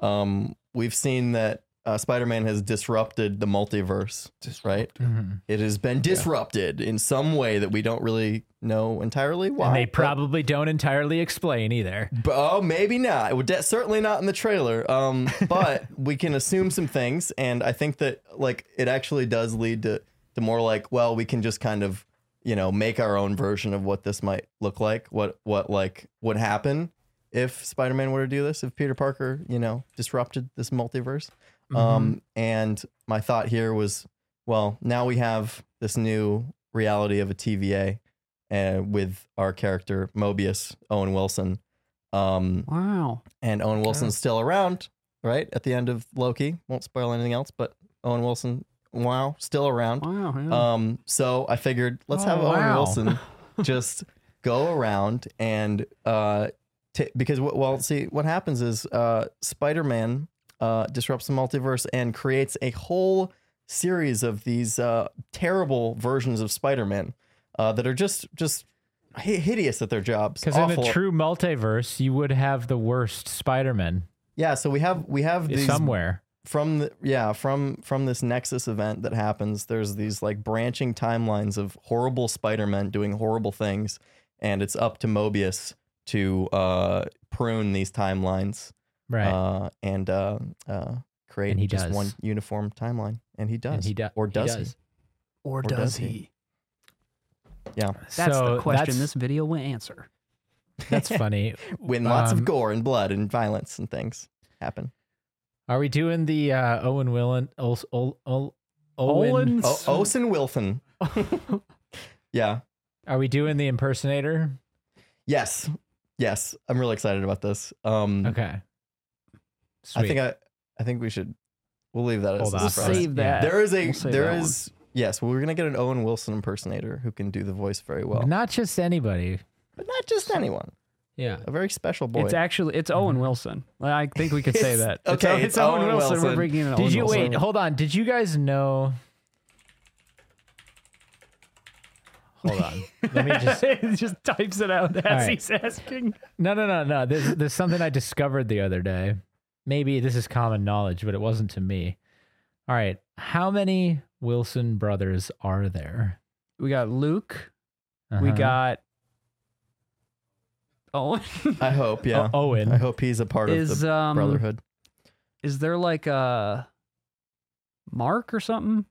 [SPEAKER 2] um, we've seen that uh, Spider-Man has disrupted the multiverse. Right?
[SPEAKER 3] Mhm.
[SPEAKER 2] It has been disrupted in some way that we don't really know entirely why.
[SPEAKER 3] and they
[SPEAKER 2] but-
[SPEAKER 3] probably don't entirely explain either.
[SPEAKER 2] but, oh, maybe not. Well, de- certainly not in the trailer. Um, but we can assume some things, and I think that like it actually does lead to to more like, well, we can just kind of you know make our own version of what this might look like, what what like would happen if Spider Man were to do this, if Peter Parker you know disrupted this multiverse. Um, and my thought here was, well, now we have this new reality of a TVA. Uh, with our character Mobius Owen Wilson, um,
[SPEAKER 5] Wow.
[SPEAKER 2] and Owen Wilson's still around, right? At the end of Loki. Won't spoil anything else, but Owen Wilson, wow, still around.
[SPEAKER 5] Wow. yeah.
[SPEAKER 2] Um, so I figured let's have
[SPEAKER 3] Oh,
[SPEAKER 2] Owen
[SPEAKER 3] wow.
[SPEAKER 2] Wilson just go around and uh, ta because w- well, see what happens is uh, Spider Man uh, disrupts the multiverse and creates a whole series of these uh, terrible versions of Spider Man uh, that are just just hi- hideous at their jobs.
[SPEAKER 3] Because in the
[SPEAKER 2] awful.
[SPEAKER 3] true multiverse, you would have the worst Spider-Man
[SPEAKER 2] yeah, so we have we have these
[SPEAKER 3] somewhere.
[SPEAKER 2] from the yeah from from this nexus event that happens there's these like branching timelines of horrible spider-men doing horrible things and it's up to mobius to uh prune these timelines
[SPEAKER 3] Right.
[SPEAKER 2] uh and uh uh create
[SPEAKER 3] And he
[SPEAKER 2] just
[SPEAKER 3] does.
[SPEAKER 2] one uniform timeline and he does
[SPEAKER 3] And he do-
[SPEAKER 2] or
[SPEAKER 3] he
[SPEAKER 2] does he,
[SPEAKER 3] does.
[SPEAKER 5] or
[SPEAKER 2] does does he? he? yeah
[SPEAKER 5] That's
[SPEAKER 3] so
[SPEAKER 5] the question
[SPEAKER 3] that's-
[SPEAKER 5] this video will answer.
[SPEAKER 3] That's funny.
[SPEAKER 2] when lots
[SPEAKER 3] Um,
[SPEAKER 2] of gore and blood and violence and things happen
[SPEAKER 3] Are we doing the uh, Owen Willen? Ol, Ol, Ol, Owen?
[SPEAKER 5] Owen-
[SPEAKER 2] oh osen wilson yeah
[SPEAKER 3] Are we doing the impersonator?
[SPEAKER 2] yes yes i'm really excited about this um
[SPEAKER 3] Okay.
[SPEAKER 2] I think I, I think we should. We'll leave that
[SPEAKER 3] Hold
[SPEAKER 2] as a
[SPEAKER 3] on.
[SPEAKER 2] surprise.
[SPEAKER 5] Save that.
[SPEAKER 2] There is a
[SPEAKER 5] We'll save
[SPEAKER 2] there
[SPEAKER 5] that one.
[SPEAKER 2] is yes. Well, we're gonna get an Owen Wilson impersonator who can do the voice very well.
[SPEAKER 3] Not just anybody.
[SPEAKER 2] but not just anyone.
[SPEAKER 7] Yeah.
[SPEAKER 2] a very special boy.
[SPEAKER 5] It's actually it's Owen
[SPEAKER 3] Mm-hmm.
[SPEAKER 5] Wilson. Like, I think we could say
[SPEAKER 2] It's-
[SPEAKER 5] that.
[SPEAKER 2] okay,
[SPEAKER 5] O-
[SPEAKER 2] it's Owen Wilson.
[SPEAKER 5] We're bringing in Owen
[SPEAKER 3] Did you
[SPEAKER 5] Wilson.
[SPEAKER 3] wait? Hold on. Did you guys know? Hold on. Let me just.
[SPEAKER 5] he just types it out as
[SPEAKER 3] right.
[SPEAKER 5] he's asking.
[SPEAKER 3] No, no, no, no. There's, there's something I discovered the other day. Maybe this is common knowledge, but it wasn't to me. All right. How many Wilson brothers are there?
[SPEAKER 5] We got Luke. We
[SPEAKER 3] Uh-huh.
[SPEAKER 5] got Owen.
[SPEAKER 2] I hope, yeah.
[SPEAKER 3] O- Uh, Owen.
[SPEAKER 2] I hope he's a part of
[SPEAKER 5] Is
[SPEAKER 2] the
[SPEAKER 5] um
[SPEAKER 2] brotherhood.
[SPEAKER 5] is there like a Mark or something?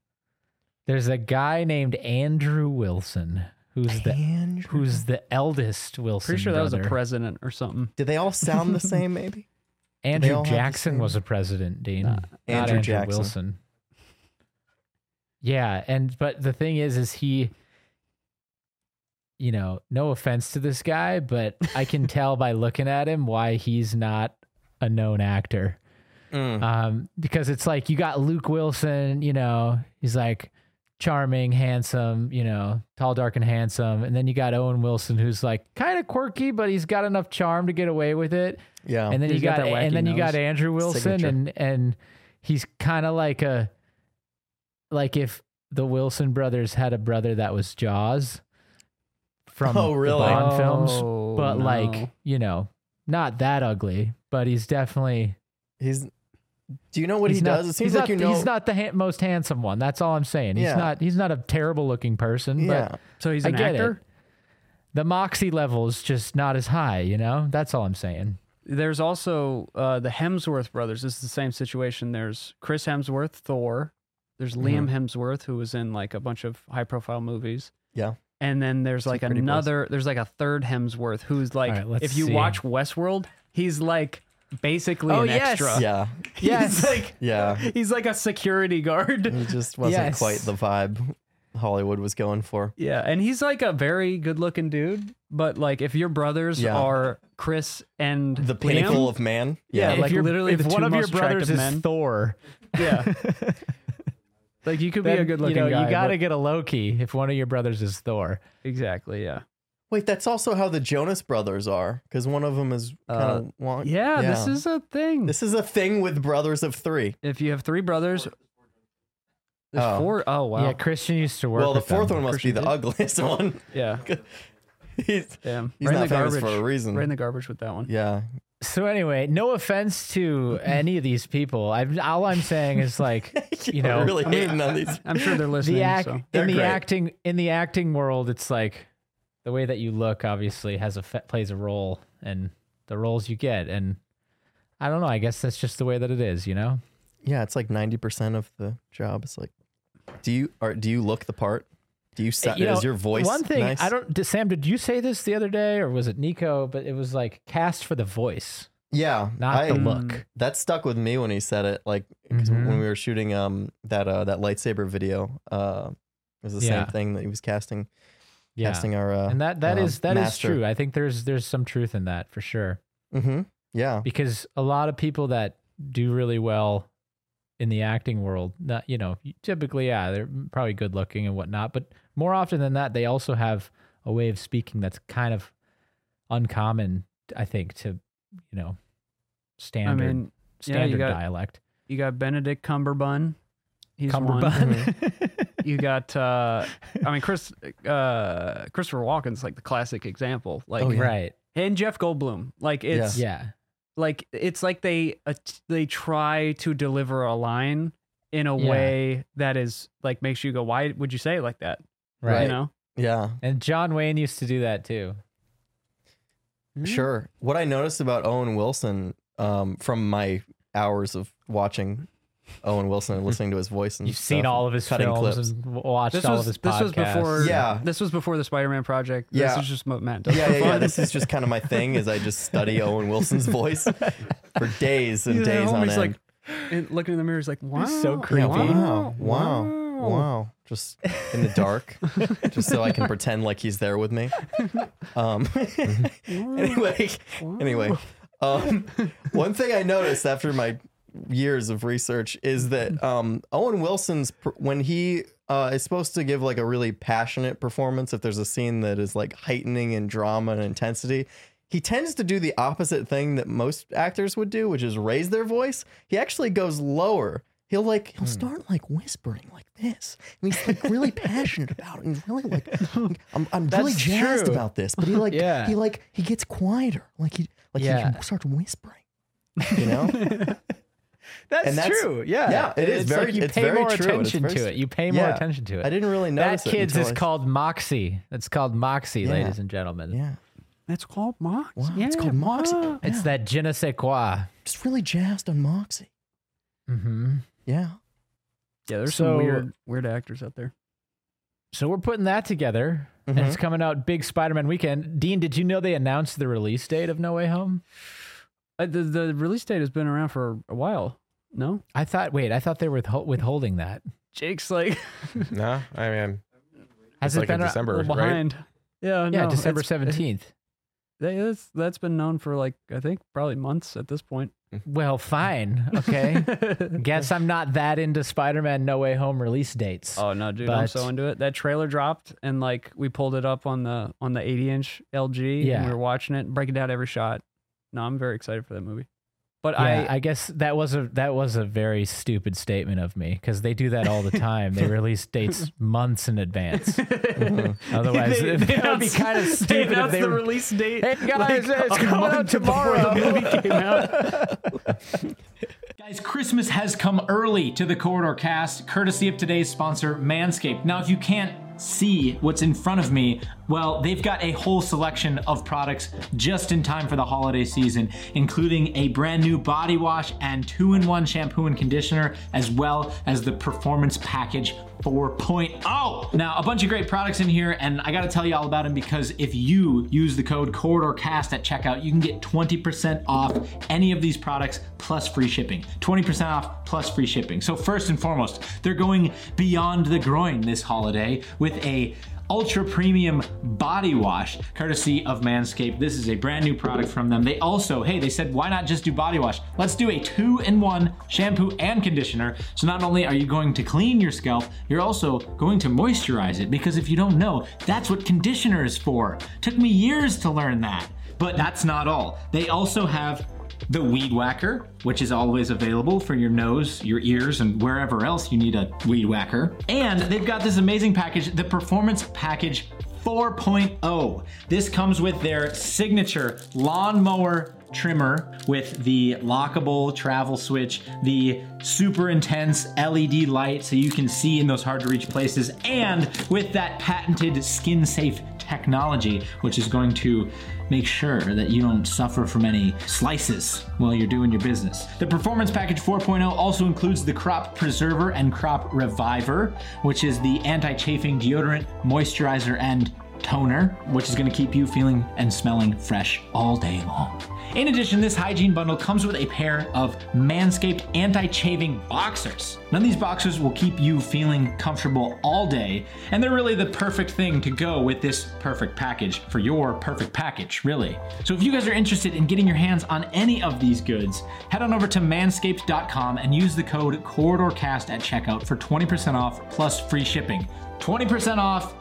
[SPEAKER 3] There's a guy named Andrew Wilson who's the
[SPEAKER 2] Andrew.
[SPEAKER 3] who's the eldest Wilson.
[SPEAKER 5] Pretty sure that was a
[SPEAKER 3] brother.
[SPEAKER 5] president or something.
[SPEAKER 2] Do they all sound the same? Maybe. They all
[SPEAKER 3] Andrew
[SPEAKER 2] have the
[SPEAKER 3] Jackson
[SPEAKER 2] same- Uh,
[SPEAKER 3] was a president, Dean.
[SPEAKER 5] Nah.
[SPEAKER 3] not
[SPEAKER 2] Andrew Jackson.
[SPEAKER 3] Wilson. Yeah, and but the thing is, is he, you know, no offense to this guy, but I can tell by looking at him why he's not a known actor.
[SPEAKER 2] Mm.
[SPEAKER 3] Um, because it's like you got Luke Wilson, you know, he's like charming, handsome, you know, tall, dark, and handsome, and then you got Owen Wilson, who's like kind of quirky, but he's got enough charm to get away with it
[SPEAKER 2] yeah.
[SPEAKER 3] and then you
[SPEAKER 5] He's got
[SPEAKER 3] got,
[SPEAKER 5] that wacky
[SPEAKER 3] and then you got
[SPEAKER 5] nose.
[SPEAKER 3] Andrew Wilson
[SPEAKER 2] Signature.
[SPEAKER 3] and and he's kind of like a like if the Wilson brothers had a brother that was Jaws from
[SPEAKER 2] Oh, really?
[SPEAKER 3] the Bond films,
[SPEAKER 5] Oh,
[SPEAKER 3] but
[SPEAKER 5] no.
[SPEAKER 3] like you know, not that ugly, but he's definitely
[SPEAKER 2] he's. Do you know what
[SPEAKER 3] he's
[SPEAKER 2] he
[SPEAKER 3] not,
[SPEAKER 2] does? It seems
[SPEAKER 3] he's not,
[SPEAKER 2] like you know.
[SPEAKER 3] he's not the ha- most handsome one. That's all I'm saying. He's
[SPEAKER 2] Yeah.
[SPEAKER 3] not he's not a terrible looking person,
[SPEAKER 2] yeah.
[SPEAKER 3] but
[SPEAKER 5] so he's
[SPEAKER 3] I
[SPEAKER 5] an
[SPEAKER 3] get
[SPEAKER 5] actor.
[SPEAKER 3] it. The moxie level's just not as high, you know? That's all I'm saying.
[SPEAKER 5] there's also uh, the Hemsworth brothers. This is the same situation. There's Chris Hemsworth, Thor. There's Liam Hemsworth, who was in like a bunch of high profile movies.
[SPEAKER 2] Yeah.
[SPEAKER 5] And then there's like
[SPEAKER 2] pretty boys.
[SPEAKER 5] another, there's like a third Hemsworth who's like,
[SPEAKER 3] right, let's
[SPEAKER 5] if you
[SPEAKER 3] see.
[SPEAKER 5] watch Westworld, he's like basically
[SPEAKER 3] Oh,
[SPEAKER 5] an
[SPEAKER 3] yes.
[SPEAKER 5] extra.
[SPEAKER 2] yeah.
[SPEAKER 5] He's like,
[SPEAKER 2] Yeah. Mm.
[SPEAKER 5] he's like a security guard.
[SPEAKER 2] He just wasn't
[SPEAKER 3] Yes.
[SPEAKER 2] quite the vibe Hollywood was going for.
[SPEAKER 5] Yeah. And he's like a very good looking dude. But like, if your brothers
[SPEAKER 2] Yeah.
[SPEAKER 5] are Chris and
[SPEAKER 2] The
[SPEAKER 5] Liam-
[SPEAKER 2] pinnacle of man.
[SPEAKER 5] Yeah,
[SPEAKER 2] Yeah.
[SPEAKER 5] like
[SPEAKER 3] your-
[SPEAKER 5] literally
[SPEAKER 3] if
[SPEAKER 5] the
[SPEAKER 3] one
[SPEAKER 5] two
[SPEAKER 3] of your
[SPEAKER 5] most attractive
[SPEAKER 3] brothers is
[SPEAKER 5] men.
[SPEAKER 3] Thor,
[SPEAKER 5] Yeah. like you could be a
[SPEAKER 3] Then,
[SPEAKER 5] good looking
[SPEAKER 3] you know,
[SPEAKER 5] guy.
[SPEAKER 3] You
[SPEAKER 5] but-
[SPEAKER 3] got to get a Loki if one of your brothers is Thor.
[SPEAKER 5] Exactly. Yeah.
[SPEAKER 2] Wait, that's also how the Jonas brothers are, because one of them is kind of wonk.
[SPEAKER 5] yeah. This is a thing.
[SPEAKER 2] This is a thing with brothers of three.
[SPEAKER 5] if you have three brothers, there's
[SPEAKER 2] Oh.
[SPEAKER 5] four oh wow.
[SPEAKER 3] Yeah, Christian used to work.
[SPEAKER 2] Well, the
[SPEAKER 3] with
[SPEAKER 2] fourth
[SPEAKER 3] them.
[SPEAKER 2] one must
[SPEAKER 5] Christian
[SPEAKER 2] be the
[SPEAKER 5] did.
[SPEAKER 2] ugliest one.
[SPEAKER 5] yeah.
[SPEAKER 2] he's
[SPEAKER 5] Damn.
[SPEAKER 2] he's
[SPEAKER 5] Right in
[SPEAKER 2] not
[SPEAKER 5] the
[SPEAKER 2] famous
[SPEAKER 5] garbage.
[SPEAKER 2] for a reason.
[SPEAKER 5] Right in the garbage with that one.
[SPEAKER 2] yeah.
[SPEAKER 3] So anyway, no offense to any of these people. I've, all I'm saying is like, you know,
[SPEAKER 2] We're really hating on these.
[SPEAKER 5] I'm sure they're listening.
[SPEAKER 3] the act
[SPEAKER 5] so.
[SPEAKER 2] They're
[SPEAKER 3] in the
[SPEAKER 2] great.
[SPEAKER 3] acting in the acting world, it's like the way that you look obviously has a fe- plays a role and the roles you get and I don't know. I guess that's just the way that it is, you know.
[SPEAKER 2] Yeah, it's like ninety percent of the job. It's like, do you are do you look the part? Do you sound?
[SPEAKER 3] You know,
[SPEAKER 2] is your voice
[SPEAKER 3] One thing
[SPEAKER 2] nice?
[SPEAKER 3] I don't. Did, Sam, did you say this the other day, or was it Nico? But it was like cast for the voice,
[SPEAKER 2] Yeah,
[SPEAKER 3] not
[SPEAKER 2] I,
[SPEAKER 3] the look.
[SPEAKER 2] That stuck with me when he said it. Like 'cause
[SPEAKER 3] Mhm.
[SPEAKER 2] when we were shooting um that uh that lightsaber video, uh, it was the
[SPEAKER 3] Yeah.
[SPEAKER 2] same thing that he was casting
[SPEAKER 3] Yeah.
[SPEAKER 2] casting our uh,
[SPEAKER 3] and that that
[SPEAKER 2] um,
[SPEAKER 3] is that is
[SPEAKER 2] master.
[SPEAKER 3] true. I think there's there's some truth in that for sure
[SPEAKER 2] Mm-hmm. Yeah,
[SPEAKER 3] because a lot of people that do really well in the acting world, not you know, typically yeah, they're probably good looking and whatnot, but more often than that, they also have a way of speaking that's kind of uncommon. I think to you know
[SPEAKER 5] I
[SPEAKER 3] standard
[SPEAKER 5] mean, yeah, you
[SPEAKER 3] standard
[SPEAKER 5] got-
[SPEAKER 3] dialect.
[SPEAKER 5] you got Benedict Cumberbun. He's one.
[SPEAKER 3] Mm-hmm.
[SPEAKER 5] You got uh I mean Chris uh Christopher Walken's like the classic example. Like
[SPEAKER 2] Oh, yeah.
[SPEAKER 3] right?
[SPEAKER 5] and Jeff Goldblum. Like
[SPEAKER 2] Yeah.
[SPEAKER 5] it's
[SPEAKER 3] Yeah.
[SPEAKER 5] like it's like they att- they try to deliver a line in a
[SPEAKER 3] Yeah.
[SPEAKER 5] way that is like makes you go why would you say it like that
[SPEAKER 3] Right.
[SPEAKER 5] you know
[SPEAKER 2] yeah,
[SPEAKER 3] And John Wayne used to do that too. Hmm?
[SPEAKER 2] sure. What I noticed about Owen Wilson, um, from my hours of watching Owen Wilson and listening to his voice, and
[SPEAKER 3] You've seen
[SPEAKER 2] stuff,
[SPEAKER 3] all of his
[SPEAKER 2] cutting
[SPEAKER 3] films
[SPEAKER 2] clips.
[SPEAKER 3] and w- watched
[SPEAKER 5] this
[SPEAKER 3] all
[SPEAKER 5] was
[SPEAKER 3] of his podcasts.
[SPEAKER 5] this was before
[SPEAKER 2] Yeah.
[SPEAKER 5] this was before the spider-man project this
[SPEAKER 2] Yeah.
[SPEAKER 5] was just what Matt does
[SPEAKER 2] yeah, yeah, yeah. This is just kind of my thing. Is I just study Owen Wilson's voice for days and
[SPEAKER 5] He's at
[SPEAKER 2] days
[SPEAKER 5] home,
[SPEAKER 2] on
[SPEAKER 5] he's
[SPEAKER 2] end.
[SPEAKER 5] like and looking in the mirror he's like wow
[SPEAKER 3] so
[SPEAKER 2] Yeah,
[SPEAKER 3] creepy.
[SPEAKER 2] wow, wow, wow. Just in the dark, just so I can pretend like he's there with me. Um, anyway, anyway, um, one thing I noticed after my years of research is that um, Owen Wilson's pr- when he uh, is supposed to give like a really passionate performance, if there's a scene that is like heightening in drama and intensity, he tends to do the opposite thing that most actors would do, which is raise their voice. He actually goes lower. He'll like he'll start like whispering like this. And he's like really passionate about it. And he's really like I'm, I'm really
[SPEAKER 3] That's
[SPEAKER 2] jazzed
[SPEAKER 3] true.
[SPEAKER 2] about this. But he like
[SPEAKER 3] Yeah.
[SPEAKER 2] he like he gets quieter. Like he like he
[SPEAKER 3] Yeah.
[SPEAKER 2] can start whispering. You know?
[SPEAKER 3] That's,
[SPEAKER 2] And that's-
[SPEAKER 3] true. Yeah.
[SPEAKER 2] yeah, it is
[SPEAKER 3] It's
[SPEAKER 2] very-
[SPEAKER 3] like you
[SPEAKER 2] it's
[SPEAKER 3] pay
[SPEAKER 2] very
[SPEAKER 3] more
[SPEAKER 2] true, and it's
[SPEAKER 3] attention
[SPEAKER 2] very
[SPEAKER 3] to
[SPEAKER 2] s-
[SPEAKER 3] it. You pay more
[SPEAKER 2] Yeah.
[SPEAKER 3] attention to it.
[SPEAKER 2] I didn't really
[SPEAKER 3] That
[SPEAKER 2] notice it
[SPEAKER 3] kid's
[SPEAKER 2] until
[SPEAKER 3] is
[SPEAKER 2] I-
[SPEAKER 3] called Moxie. That's called Moxie,
[SPEAKER 2] Yeah.
[SPEAKER 3] ladies and gentlemen.
[SPEAKER 2] Yeah.
[SPEAKER 5] That's called Mox.
[SPEAKER 2] Wow.
[SPEAKER 5] Yeah,
[SPEAKER 2] it's called Moxie.
[SPEAKER 5] Mox.
[SPEAKER 3] It's
[SPEAKER 2] yeah.
[SPEAKER 3] that je ne sais quoi.
[SPEAKER 2] just really jazzed on Moxie. Mm-hmm.
[SPEAKER 3] hmm
[SPEAKER 2] Yeah.
[SPEAKER 5] Yeah, there's
[SPEAKER 3] So-
[SPEAKER 5] some weird weird actors out there.
[SPEAKER 3] So we're putting that together, and
[SPEAKER 2] Mm-hmm.
[SPEAKER 3] it's coming out big Spider-Man weekend. Dean, did you know they announced the release date of No Way Home?
[SPEAKER 5] Uh, the the release date has been around for a while. No,
[SPEAKER 3] I thought. Wait, I thought they were withho- withholding that.
[SPEAKER 5] Jake's like
[SPEAKER 4] Nah, I mean,
[SPEAKER 3] Has
[SPEAKER 4] It's
[SPEAKER 3] it
[SPEAKER 4] like in
[SPEAKER 3] been a-
[SPEAKER 4] December.
[SPEAKER 5] we're
[SPEAKER 4] right?
[SPEAKER 5] behind. Yeah,
[SPEAKER 3] Yeah,
[SPEAKER 5] no,
[SPEAKER 3] December
[SPEAKER 5] it's- uh, it-
[SPEAKER 3] seventeenth.
[SPEAKER 5] that- That's that's been known for like I think probably months at this point.
[SPEAKER 3] Well, fine. Okay. Guess I'm not that into Spider-Man No Way Home release dates.
[SPEAKER 5] Oh no, dude,
[SPEAKER 3] But-
[SPEAKER 5] I'm so into it. That trailer dropped, and like we pulled it up on the on the 80 inch LG,
[SPEAKER 3] Yeah.
[SPEAKER 5] and we were watching it, breaking down every shot. No, I'm very excited for that movie. But
[SPEAKER 3] Yeah,
[SPEAKER 5] I,
[SPEAKER 3] I, guess that was a that was a very stupid statement of me because they do that all the time. they release dates months in advance. Mm-hmm. Otherwise,
[SPEAKER 5] They-
[SPEAKER 3] it
[SPEAKER 5] they
[SPEAKER 3] would be
[SPEAKER 5] announced-
[SPEAKER 3] kind of
[SPEAKER 5] they
[SPEAKER 3] stupid if
[SPEAKER 5] announced
[SPEAKER 3] they
[SPEAKER 5] the
[SPEAKER 3] were.
[SPEAKER 5] release date.
[SPEAKER 3] Hey guys,
[SPEAKER 5] like,
[SPEAKER 3] it's
[SPEAKER 5] a
[SPEAKER 3] coming out
[SPEAKER 5] month before
[SPEAKER 3] tomorrow.
[SPEAKER 5] The movie came out.
[SPEAKER 6] Guys, Christmas has come early to the Corridor Cast, courtesy of today's sponsor, Manscaped. Now, if you can't see what's in front of me, well, they've got a whole selection of products just in time for the holiday season, including a brand new body wash and two in one shampoo and conditioner, as well as the Performance Package 4.0. oh. Now, a bunch of great products in here, and I gotta tell you all about them because if you use the code CorridorCast at checkout, you can get 20% off any of these products plus free shipping. 20% off plus free shipping. So, first and foremost, they're going beyond the groin this holiday with a ultra premium body wash courtesy of Manscaped. This is a brand new product from them. They also, hey, they said, why not just do body wash? Let's do a two in one shampoo and conditioner. So not only are you going to clean your scalp, you're also going to moisturize it because if you don't know, that's what conditioner is for. Took me years to learn that. But that's not all. They also have the Weed Whacker, which is always available for your nose, your ears, and wherever else you need a Weed Whacker. And they've got this amazing package, the Performance Package 4.0. This comes with their signature lawnmower trimmer with the lockable travel switch, the super intense LED light so you can see in those hard to reach places, and with that patented skin safe technology, which is going to make sure that you don't suffer from any slices while you're doing your business. The Performance Package 4.0 also includes the Crop Preserver and Crop Reviver, which is the anti chafing deodorant, moisturizer, and toner, which is going to keep you feeling and smelling fresh all day long. In addition, this hygiene bundle comes with a pair of Manscaped anti-chaving boxers. None of these boxers will keep you feeling comfortable all day, and they're really the perfect thing to go with this perfect package for your perfect package, really. So if you guys are interested in getting your hands on any of these goods, head on over to manscaped.com and use the code CorridorCast at checkout for 20% off plus free shipping. 20% off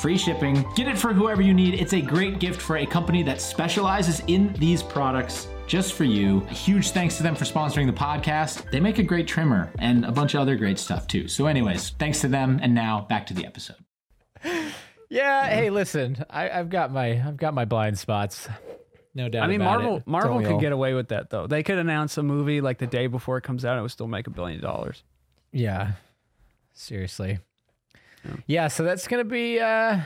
[SPEAKER 6] free shipping. Get it for whoever you need. It's a great gift for a company that specializes in these products just for you. A huge thanks to them for sponsoring the podcast. They make a great trimmer and a bunch of other great stuff too. So, anyways, thanks to them. And now back to the episode.
[SPEAKER 3] Yeah. Hey, listen, I, I've got my I've got my blind spots. No doubt.
[SPEAKER 5] I mean,
[SPEAKER 3] about
[SPEAKER 5] Marvel
[SPEAKER 3] it.
[SPEAKER 5] Marvel
[SPEAKER 3] Don't we
[SPEAKER 5] could
[SPEAKER 3] all?
[SPEAKER 5] get away with that though. They could announce a movie like the day before it comes out, and it would still make a billion dollars.
[SPEAKER 3] Yeah. Seriously. Yeah, so that's gonna be uh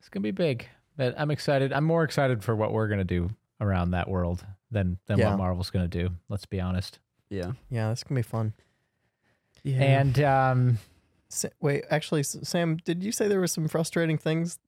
[SPEAKER 3] it's gonna be big. But I'm excited. I'm more excited for what we're gonna do around that world than than
[SPEAKER 2] Yeah.
[SPEAKER 3] what Marvel's gonna do, let's be honest.
[SPEAKER 5] Yeah.
[SPEAKER 2] Yeah, this can be fun.
[SPEAKER 5] Yeah.
[SPEAKER 3] And um
[SPEAKER 2] Sa- wait, actually, S- Sam, did you say there were some frustrating things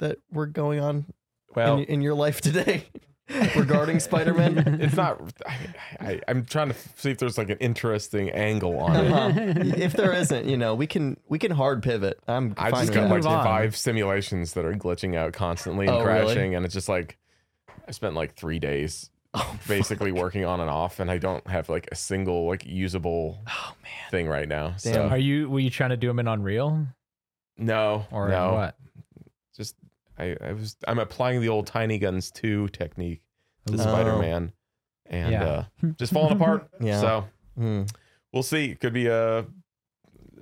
[SPEAKER 2] that were going on
[SPEAKER 4] well,
[SPEAKER 2] in, in your life today regarding Spider-Man?
[SPEAKER 4] it's not. I, I, I'm trying to see if there's like an interesting angle on it.
[SPEAKER 3] Uh-huh.
[SPEAKER 2] Huh. if there isn't, you know, we can we can hard pivot. I'm
[SPEAKER 4] I've
[SPEAKER 2] fine
[SPEAKER 4] just
[SPEAKER 2] with
[SPEAKER 4] got
[SPEAKER 2] that.
[SPEAKER 4] like
[SPEAKER 3] Move on.
[SPEAKER 4] five simulations that are glitching out constantly and
[SPEAKER 2] Oh, really?
[SPEAKER 4] crashing, and it's just like I spent like three days basically working on and off, and I don't have like a single like usable thing right now. So
[SPEAKER 2] Uh,
[SPEAKER 3] are you were you trying to do them in Unreal
[SPEAKER 4] no,
[SPEAKER 3] or in
[SPEAKER 4] no,
[SPEAKER 3] what?
[SPEAKER 4] just I, I was I'm applying the old tiny guns two technique to
[SPEAKER 2] Ooh.
[SPEAKER 4] Spider Man, and
[SPEAKER 3] Yeah.
[SPEAKER 4] uh, just falling apart.
[SPEAKER 2] Yeah.
[SPEAKER 4] So
[SPEAKER 2] Hmm.
[SPEAKER 4] we'll see. Could be a.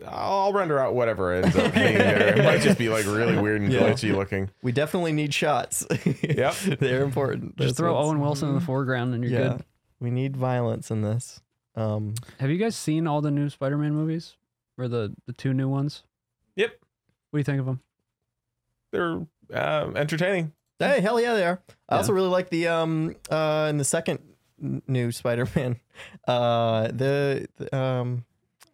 [SPEAKER 4] I'll render out whatever ends up being there. It might just be like really weird and
[SPEAKER 2] Yeah.
[SPEAKER 4] glitchy looking.
[SPEAKER 2] We definitely need shots.
[SPEAKER 4] Yep.
[SPEAKER 2] They're important.
[SPEAKER 5] Just
[SPEAKER 2] That's
[SPEAKER 5] throw
[SPEAKER 2] what's-
[SPEAKER 5] Owen Wilson in
[SPEAKER 3] Mm-hmm.
[SPEAKER 5] the foreground and you're
[SPEAKER 2] Yeah.
[SPEAKER 5] good.
[SPEAKER 2] We need violence in this. Um,
[SPEAKER 5] Have you guys seen all the new Spider-Man movies or the the two new ones?
[SPEAKER 4] Yep.
[SPEAKER 5] What do you think of them?
[SPEAKER 4] They're uh, entertaining.
[SPEAKER 2] hey, hell yeah, they are. I
[SPEAKER 5] Yeah.
[SPEAKER 2] also really like the um uh in the second n- new Spider-Man, uh the, the, um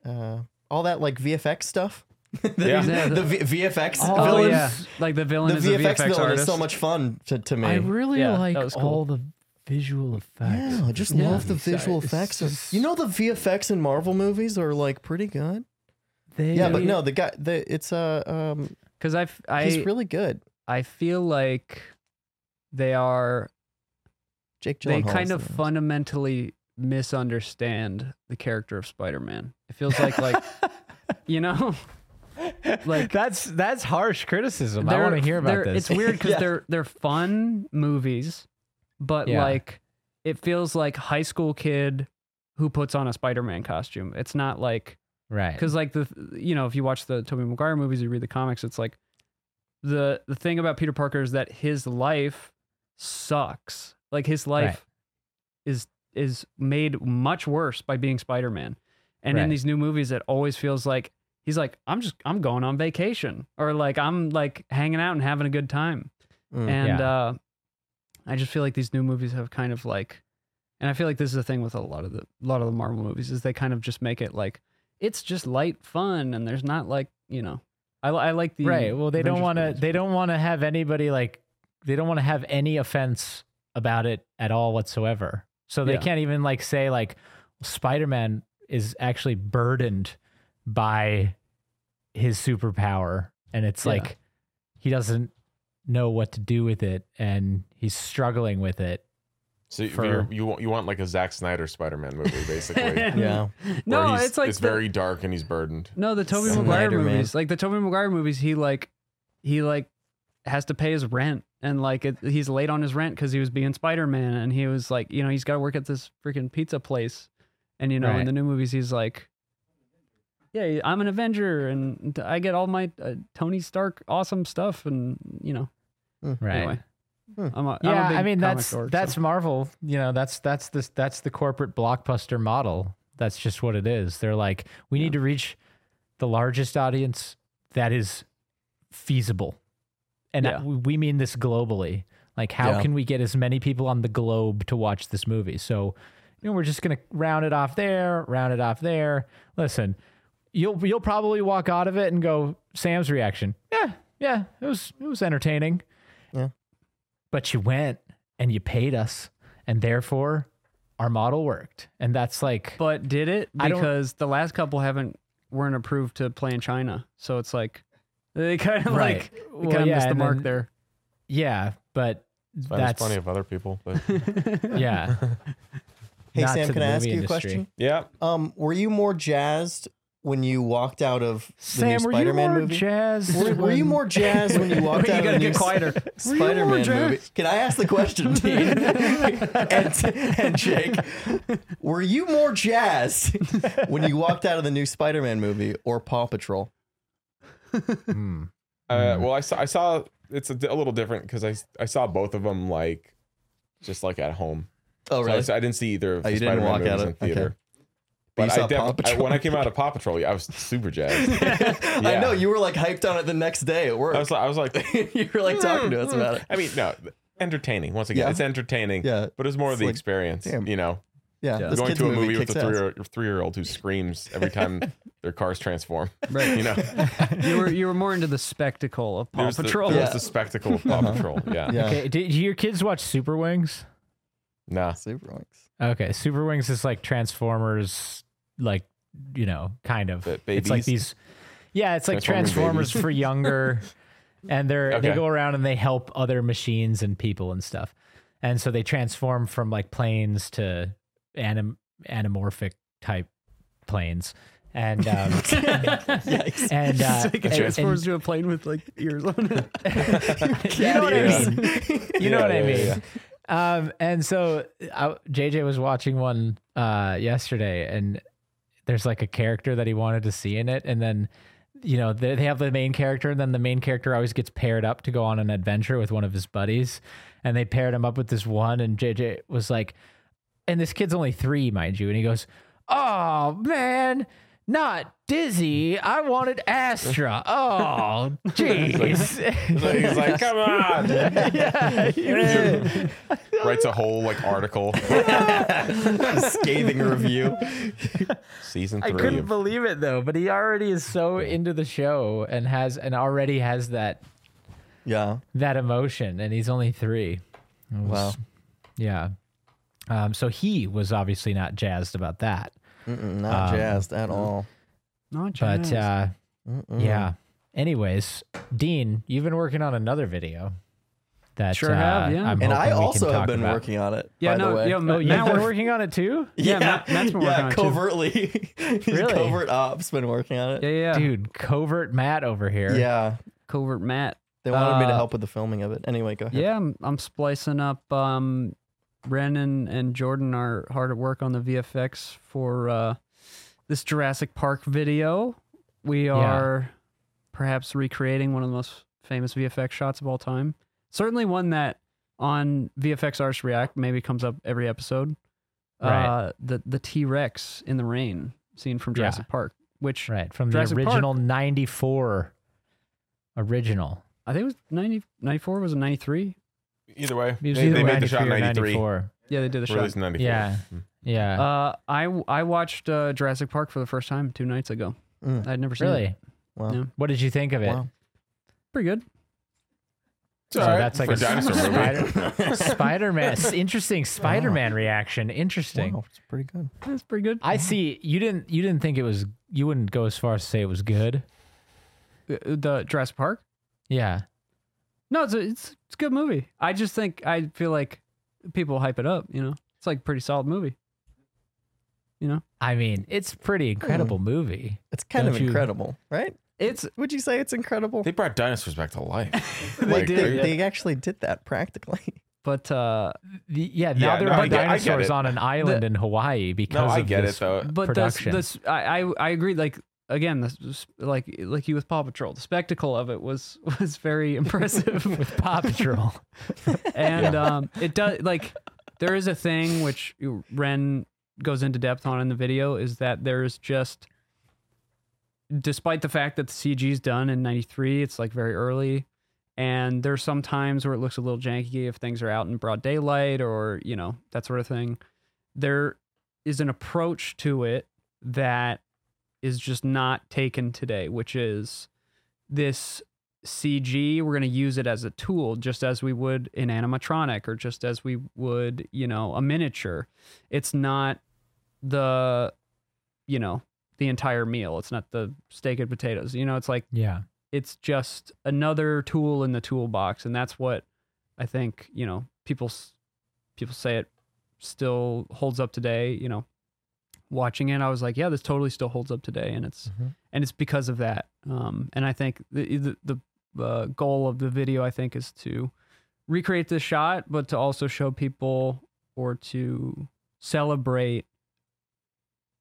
[SPEAKER 2] uh all that like VFX stuff. the,
[SPEAKER 4] Yeah.
[SPEAKER 5] Yeah,
[SPEAKER 2] the,
[SPEAKER 5] the-
[SPEAKER 2] v- VFX
[SPEAKER 5] Oh,
[SPEAKER 2] villains.
[SPEAKER 5] yeah. Like the villain
[SPEAKER 2] The
[SPEAKER 5] is a
[SPEAKER 2] VFX,
[SPEAKER 5] VFX
[SPEAKER 2] villain is
[SPEAKER 5] artist.
[SPEAKER 2] so much fun to, to me.
[SPEAKER 3] I really
[SPEAKER 5] Yeah,
[SPEAKER 3] like
[SPEAKER 5] that was cool.
[SPEAKER 3] all the visual effects.
[SPEAKER 2] Yeah, I just
[SPEAKER 5] Yeah.
[SPEAKER 2] love the
[SPEAKER 3] It's-
[SPEAKER 2] visual
[SPEAKER 3] it's
[SPEAKER 2] effects. of-
[SPEAKER 3] just-
[SPEAKER 2] you know, the VFX in Marvel movies are like pretty good.
[SPEAKER 3] They-
[SPEAKER 2] Yeah, but no, the guy, the it's uh, um,
[SPEAKER 5] Because I f- I
[SPEAKER 2] he's really good.
[SPEAKER 5] I feel like they are
[SPEAKER 2] Jake Gyllenhaal.
[SPEAKER 5] they kind
[SPEAKER 2] is
[SPEAKER 5] of
[SPEAKER 2] the-
[SPEAKER 5] fundamentally misunderstand the character of Spider-Man. It feels like like you know like
[SPEAKER 3] that's that's harsh criticism. I
[SPEAKER 5] they're-
[SPEAKER 3] want to hear about
[SPEAKER 5] they're-
[SPEAKER 3] this.
[SPEAKER 5] It's weird because
[SPEAKER 2] Yeah.
[SPEAKER 5] they're they're fun movies, but
[SPEAKER 3] Yeah.
[SPEAKER 5] like it feels like high school kid who puts on a Spider-Man costume. It's not like
[SPEAKER 3] right?
[SPEAKER 5] because like the you know if you watch the Tobey Maguire movies, you read the comics, it's like the the thing about Peter Parker is that his life sucks. Like his life is is made much worse by being Spider-Man. And
[SPEAKER 3] Right.
[SPEAKER 5] in these new movies, it always feels like he's like I'm just I'm going on vacation or like I'm like hanging out and having a good time.
[SPEAKER 2] Mm.
[SPEAKER 5] And
[SPEAKER 3] Yeah.
[SPEAKER 5] uh, I just feel like these new movies have kind of like, and I feel like this is the thing with a lot of the lot of the Marvel movies is they kind of just make it like it's just light fun and there's not like you know I, li- I like the
[SPEAKER 3] right. Well, they don't
[SPEAKER 5] Avengers
[SPEAKER 3] want to.
[SPEAKER 5] movies.
[SPEAKER 3] They don't want to have anybody like. They don't want to have any offense about it at all whatsoever. So they
[SPEAKER 5] Yeah.
[SPEAKER 3] can't even like say like Spider-Man is actually burdened by his superpower, and it's
[SPEAKER 5] Yeah.
[SPEAKER 3] like he doesn't know what to do with it, and he's struggling with it.
[SPEAKER 4] So
[SPEAKER 3] For-
[SPEAKER 4] you're, you want you want like a Zack Snyder Spider Man movie basically.
[SPEAKER 2] yeah,
[SPEAKER 4] where
[SPEAKER 5] no
[SPEAKER 4] he's-
[SPEAKER 5] it's like
[SPEAKER 4] it's
[SPEAKER 5] the-
[SPEAKER 4] very dark and he's burdened.
[SPEAKER 5] no the Toby Maguire
[SPEAKER 2] Spider-Man.
[SPEAKER 5] movies like the Toby Maguire movies he like he like has to pay his rent and like it, he's late on his rent because he was being Spider-Man and he was like you know he's got to work at this freaking pizza place and you know
[SPEAKER 3] Right.
[SPEAKER 5] in the new movies he's like yeah, I'm an Avenger and I get all my uh, Tony Stark awesome stuff and you know
[SPEAKER 3] Right.
[SPEAKER 5] Hmm. anyway. I'm a,
[SPEAKER 3] yeah,
[SPEAKER 5] I'm a big
[SPEAKER 3] I mean
[SPEAKER 5] comic
[SPEAKER 3] that's
[SPEAKER 5] dork, so-
[SPEAKER 3] that's Marvel. You know, that's that's this that's the corporate blockbuster model. That's just what it is. They're like, we need to reach the largest audience that is feasible, and
[SPEAKER 5] Yeah.
[SPEAKER 3] that- we mean this globally. Like, how
[SPEAKER 2] Yeah.
[SPEAKER 3] can we get as many people on the globe to watch this movie? So, you know, we're just gonna round it off there, round it off there. Listen, you'll you'll probably walk out of it and go, Sam's reaction. Yeah, yeah, it was it was entertaining but you went and you paid us and therefore our model worked and that's like
[SPEAKER 5] but did it
[SPEAKER 3] I don't-
[SPEAKER 5] because the last couple haven't weren't approved to play in China, so it's like they kind of
[SPEAKER 3] Right.
[SPEAKER 5] like
[SPEAKER 3] Well,
[SPEAKER 5] kind of
[SPEAKER 3] yeah,
[SPEAKER 5] missed the
[SPEAKER 3] and
[SPEAKER 5] mark
[SPEAKER 3] then-
[SPEAKER 5] there.
[SPEAKER 3] yeah but
[SPEAKER 4] But There's
[SPEAKER 3] that's
[SPEAKER 4] plenty of other people. But
[SPEAKER 3] yeah
[SPEAKER 2] Hey
[SPEAKER 3] Not
[SPEAKER 2] Sam,
[SPEAKER 3] to
[SPEAKER 2] can
[SPEAKER 3] the
[SPEAKER 2] I ask
[SPEAKER 3] movie
[SPEAKER 2] you a
[SPEAKER 3] industry.
[SPEAKER 2] question?
[SPEAKER 4] yeah,
[SPEAKER 2] Um, were you more jazzed when you walked out of the
[SPEAKER 3] sam
[SPEAKER 2] new
[SPEAKER 3] were you
[SPEAKER 2] Spider-Man
[SPEAKER 3] more
[SPEAKER 2] movie?
[SPEAKER 3] jazzed
[SPEAKER 2] were, were you
[SPEAKER 3] when-
[SPEAKER 2] more jazzed when you walked out of the new s- Spider-Man movie? Can I ask the question, Dean and, and Jake? Were you more jazzed when you walked out of the new Spider-Man movie or Paw Patrol?
[SPEAKER 3] Hmm.
[SPEAKER 4] Uh, well, I saw, I saw it's a, di- a little different because I, s- I saw both of them like just like at home.
[SPEAKER 2] Oh,
[SPEAKER 4] So I
[SPEAKER 2] really?
[SPEAKER 4] s- I, didn't see either of the
[SPEAKER 2] Oh, you didn't
[SPEAKER 4] Spider-Man
[SPEAKER 2] walk
[SPEAKER 4] movies
[SPEAKER 2] out of-
[SPEAKER 4] in theater.
[SPEAKER 2] okay. But you
[SPEAKER 4] But I
[SPEAKER 2] saw Paw
[SPEAKER 4] definitely
[SPEAKER 2] Patrol.
[SPEAKER 4] when I came out of Paw Patrol, yeah, I was super jazzed.
[SPEAKER 2] I
[SPEAKER 4] Yeah.
[SPEAKER 2] know you were like hyped on it the next day at work.
[SPEAKER 4] I was like, I was like, hmm.
[SPEAKER 2] you were like talking to us about it.
[SPEAKER 4] I mean, no, entertaining. Once again,
[SPEAKER 2] Yeah.
[SPEAKER 4] it's entertaining.
[SPEAKER 2] Yeah.
[SPEAKER 4] but it's more
[SPEAKER 2] It's
[SPEAKER 4] of the
[SPEAKER 2] like,
[SPEAKER 4] experience.
[SPEAKER 2] damn.
[SPEAKER 4] You know,
[SPEAKER 2] Yeah, this
[SPEAKER 4] going
[SPEAKER 2] kid's
[SPEAKER 4] to a movie with
[SPEAKER 2] kicks
[SPEAKER 4] a
[SPEAKER 2] ass.
[SPEAKER 4] three or three year old who screams every time their cars transform. Right. You know,
[SPEAKER 5] you were you were more into the spectacle of Paw
[SPEAKER 4] there's
[SPEAKER 5] Patrol.
[SPEAKER 4] The, there's
[SPEAKER 2] Yeah. Uh-huh.
[SPEAKER 4] the spectacle of Paw Patrol. Yeah.
[SPEAKER 2] Yeah.
[SPEAKER 3] okay did do your kids watch super wings
[SPEAKER 4] Nah.
[SPEAKER 2] Super Wings.
[SPEAKER 3] okay super wings is like transformers like you know kind of
[SPEAKER 4] The
[SPEAKER 3] it's like
[SPEAKER 4] babies?
[SPEAKER 3] these yeah it's like
[SPEAKER 4] Transformers
[SPEAKER 3] transformers for younger and they're they
[SPEAKER 4] Okay.
[SPEAKER 3] go around and they help other machines and people and stuff and so they transform from like planes to anim- anamorphic type planes and um, and uh, and-
[SPEAKER 5] Like it transforms
[SPEAKER 3] and-
[SPEAKER 5] to a plane with like ears on it.
[SPEAKER 3] you know what I
[SPEAKER 4] Yeah.
[SPEAKER 3] mean. You know
[SPEAKER 4] Yeah,
[SPEAKER 3] what I
[SPEAKER 4] yeah,
[SPEAKER 3] mean.
[SPEAKER 4] yeah.
[SPEAKER 3] Um, and so I, JJ was watching one uh, yesterday, and there's like a character that he wanted to see in it, and then you know they, they have the main character, and then the main character always gets paired up to go on an adventure with one of his buddies, and they paired him up with this one, and JJ was like, and this kid's only three, mind you, and he goes, "Oh man." Not dizzy. I wanted Astra. Oh, jeez.
[SPEAKER 4] So he's like, come on.
[SPEAKER 3] yeah,
[SPEAKER 4] Writes a whole like article.
[SPEAKER 2] Scathing review.
[SPEAKER 4] Season
[SPEAKER 3] I
[SPEAKER 4] three.
[SPEAKER 3] couldn't
[SPEAKER 4] Of,
[SPEAKER 3] believe it though, but he already is so into the show and has and already has that
[SPEAKER 2] Yeah.
[SPEAKER 3] that emotion, and he's only three. It was-
[SPEAKER 2] Wow.
[SPEAKER 3] Yeah. Um, so he was obviously not jazzed about that,
[SPEAKER 2] Not
[SPEAKER 3] um,
[SPEAKER 2] jazzed at all.
[SPEAKER 5] Not
[SPEAKER 3] but
[SPEAKER 5] jazz.
[SPEAKER 3] uh, yeah. Anyways, Dean, you've been working on another video. That
[SPEAKER 5] Sure
[SPEAKER 3] uh,
[SPEAKER 5] have, yeah.
[SPEAKER 3] I'm
[SPEAKER 2] And
[SPEAKER 3] hoping
[SPEAKER 2] I
[SPEAKER 3] we can
[SPEAKER 2] also have
[SPEAKER 3] talk
[SPEAKER 2] been
[SPEAKER 3] about.
[SPEAKER 2] working on it.
[SPEAKER 5] yeah,
[SPEAKER 2] by
[SPEAKER 5] no,
[SPEAKER 2] the way.
[SPEAKER 5] yeah,
[SPEAKER 3] Oh, you've
[SPEAKER 5] Matt
[SPEAKER 3] been
[SPEAKER 5] worked-
[SPEAKER 3] working on it too,
[SPEAKER 5] Yeah, Matt- Matt's been working
[SPEAKER 2] yeah,
[SPEAKER 5] on it, too.
[SPEAKER 2] covertly.
[SPEAKER 3] Really?
[SPEAKER 2] Covert ops been working on it.
[SPEAKER 5] yeah, yeah,
[SPEAKER 3] dude. Covert Matt over here.
[SPEAKER 2] Yeah.
[SPEAKER 5] Covert Matt.
[SPEAKER 2] They wanted me to
[SPEAKER 5] Uh,
[SPEAKER 2] help with the filming of it. Anyway, go ahead.
[SPEAKER 5] Yeah, I'm, I'm splicing up. Um, Brennan and Jordan are hard at work on the VFX for uh, this Jurassic Park video. We are perhaps recreating one of the most famous VFX shots of all time. Certainly one that on VFX Arts React maybe comes up every episode.
[SPEAKER 3] Right.
[SPEAKER 5] Uh, the the T Rex in the rain scene from
[SPEAKER 3] Yeah.
[SPEAKER 5] Jurassic Park, which
[SPEAKER 3] Right from
[SPEAKER 5] Jurassic
[SPEAKER 3] the
[SPEAKER 5] Park.
[SPEAKER 3] original '94 original.
[SPEAKER 5] I think it was 90, 94, was it 93?
[SPEAKER 4] either way,
[SPEAKER 3] It was
[SPEAKER 4] they,
[SPEAKER 3] either
[SPEAKER 4] they made the
[SPEAKER 3] 93
[SPEAKER 4] shot in
[SPEAKER 3] or
[SPEAKER 4] 93.
[SPEAKER 3] 94.
[SPEAKER 5] Yeah, they did the shot.
[SPEAKER 4] Released in 93.
[SPEAKER 3] Yeah. Yeah.
[SPEAKER 5] Uh, I I watched uh, Jurassic Park for the first time two nights ago.
[SPEAKER 2] Mm.
[SPEAKER 5] I'd never seen it.
[SPEAKER 3] really?
[SPEAKER 2] Wow.
[SPEAKER 5] yeah.
[SPEAKER 3] What did you think of it?
[SPEAKER 2] Wow.
[SPEAKER 5] Pretty good.
[SPEAKER 4] It's
[SPEAKER 3] So
[SPEAKER 4] all right
[SPEAKER 3] that's like
[SPEAKER 4] for
[SPEAKER 3] a
[SPEAKER 4] dinosaur movie.
[SPEAKER 3] spider, Spider-Man. Interesting Spider-Man reaction. Interesting.
[SPEAKER 2] Wow, it's pretty good.
[SPEAKER 5] That's pretty good.
[SPEAKER 3] I see. You didn't. You didn't think it was. You wouldn't go as far as to say it was good.
[SPEAKER 5] Uh, the Jurassic Park.
[SPEAKER 3] Yeah.
[SPEAKER 5] No, it's a, it's it's a good movie. I just think I feel like people hype it up. You know, it's like a pretty solid movie. You know,
[SPEAKER 3] I mean, it's a pretty incredible
[SPEAKER 5] Hmm.
[SPEAKER 3] movie.
[SPEAKER 2] It's kind
[SPEAKER 3] Don't
[SPEAKER 2] of
[SPEAKER 3] you-
[SPEAKER 2] incredible, right?
[SPEAKER 5] it's
[SPEAKER 2] Would you say it's incredible?
[SPEAKER 4] They brought dinosaurs back to life.
[SPEAKER 2] They
[SPEAKER 4] Like,
[SPEAKER 2] did-
[SPEAKER 4] they're-
[SPEAKER 2] they actually did that practically.
[SPEAKER 5] but uh,
[SPEAKER 3] The- yeah. Now
[SPEAKER 4] Yeah,
[SPEAKER 3] there
[SPEAKER 4] no,
[SPEAKER 3] are
[SPEAKER 4] I get- I get
[SPEAKER 3] dinosaurs
[SPEAKER 4] it.
[SPEAKER 3] on an island
[SPEAKER 5] The-
[SPEAKER 3] in Hawaii
[SPEAKER 4] No,
[SPEAKER 3] because
[SPEAKER 4] I
[SPEAKER 3] of
[SPEAKER 4] get it
[SPEAKER 3] this.
[SPEAKER 4] though.
[SPEAKER 5] but this
[SPEAKER 3] production.
[SPEAKER 5] this I, I I agree. Like again, this, this like like you with Paw Patrol, the spectacle of it was was very impressive.
[SPEAKER 3] With Paw Patrol.
[SPEAKER 5] and um, it does like there is a thing which Ren goes into depth on in the video is that there is just despite the fact that the CG's done in 93 it's like very early and there's some times where it looks a little janky if things are out in broad daylight or you know that sort of thing there is an approach to it that is just not taken today which is this CG, we're going to use it as a tool, just as we would an animatronic or just as we would, you know, a miniature. It's not the, you know, the entire meal. It's not the steak and potatoes. You know, it's like
[SPEAKER 3] yeah.
[SPEAKER 5] it's just another tool in the toolbox, and that's what I think. You know, people s- people say it still holds up today. You know, watching it, I was like, yeah, this totally still holds up today, and it's and it's because of that. Um, and I think the the, the uh, goal of the video, I think, is to recreate this shot, but to also show people or to celebrate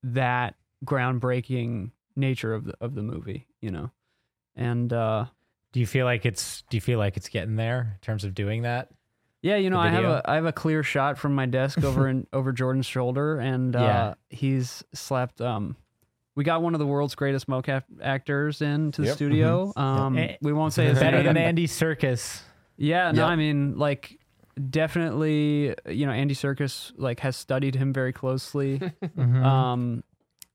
[SPEAKER 5] that groundbreaking nature of the of the movie. You know. And uh,
[SPEAKER 3] Do you feel like it's? Do you feel like it's getting there in terms of doing that?
[SPEAKER 5] yeah, you know,
[SPEAKER 3] The
[SPEAKER 5] I have
[SPEAKER 3] video?
[SPEAKER 5] a I have a clear shot from my desk over in over Jordan's shoulder, and uh,
[SPEAKER 3] Yeah.
[SPEAKER 5] he's slapped. Um, we got one of the world's greatest mocap actors into the
[SPEAKER 4] Yep.
[SPEAKER 5] studio. Um,
[SPEAKER 3] Eh,
[SPEAKER 5] we won't say his
[SPEAKER 3] Better
[SPEAKER 5] name.
[SPEAKER 3] than Andy Circus.
[SPEAKER 5] Yeah, no,
[SPEAKER 2] Yep.
[SPEAKER 5] I mean, like, definitely, you know, Andy Circus like has studied him very closely.
[SPEAKER 3] Mm-hmm.
[SPEAKER 5] Um,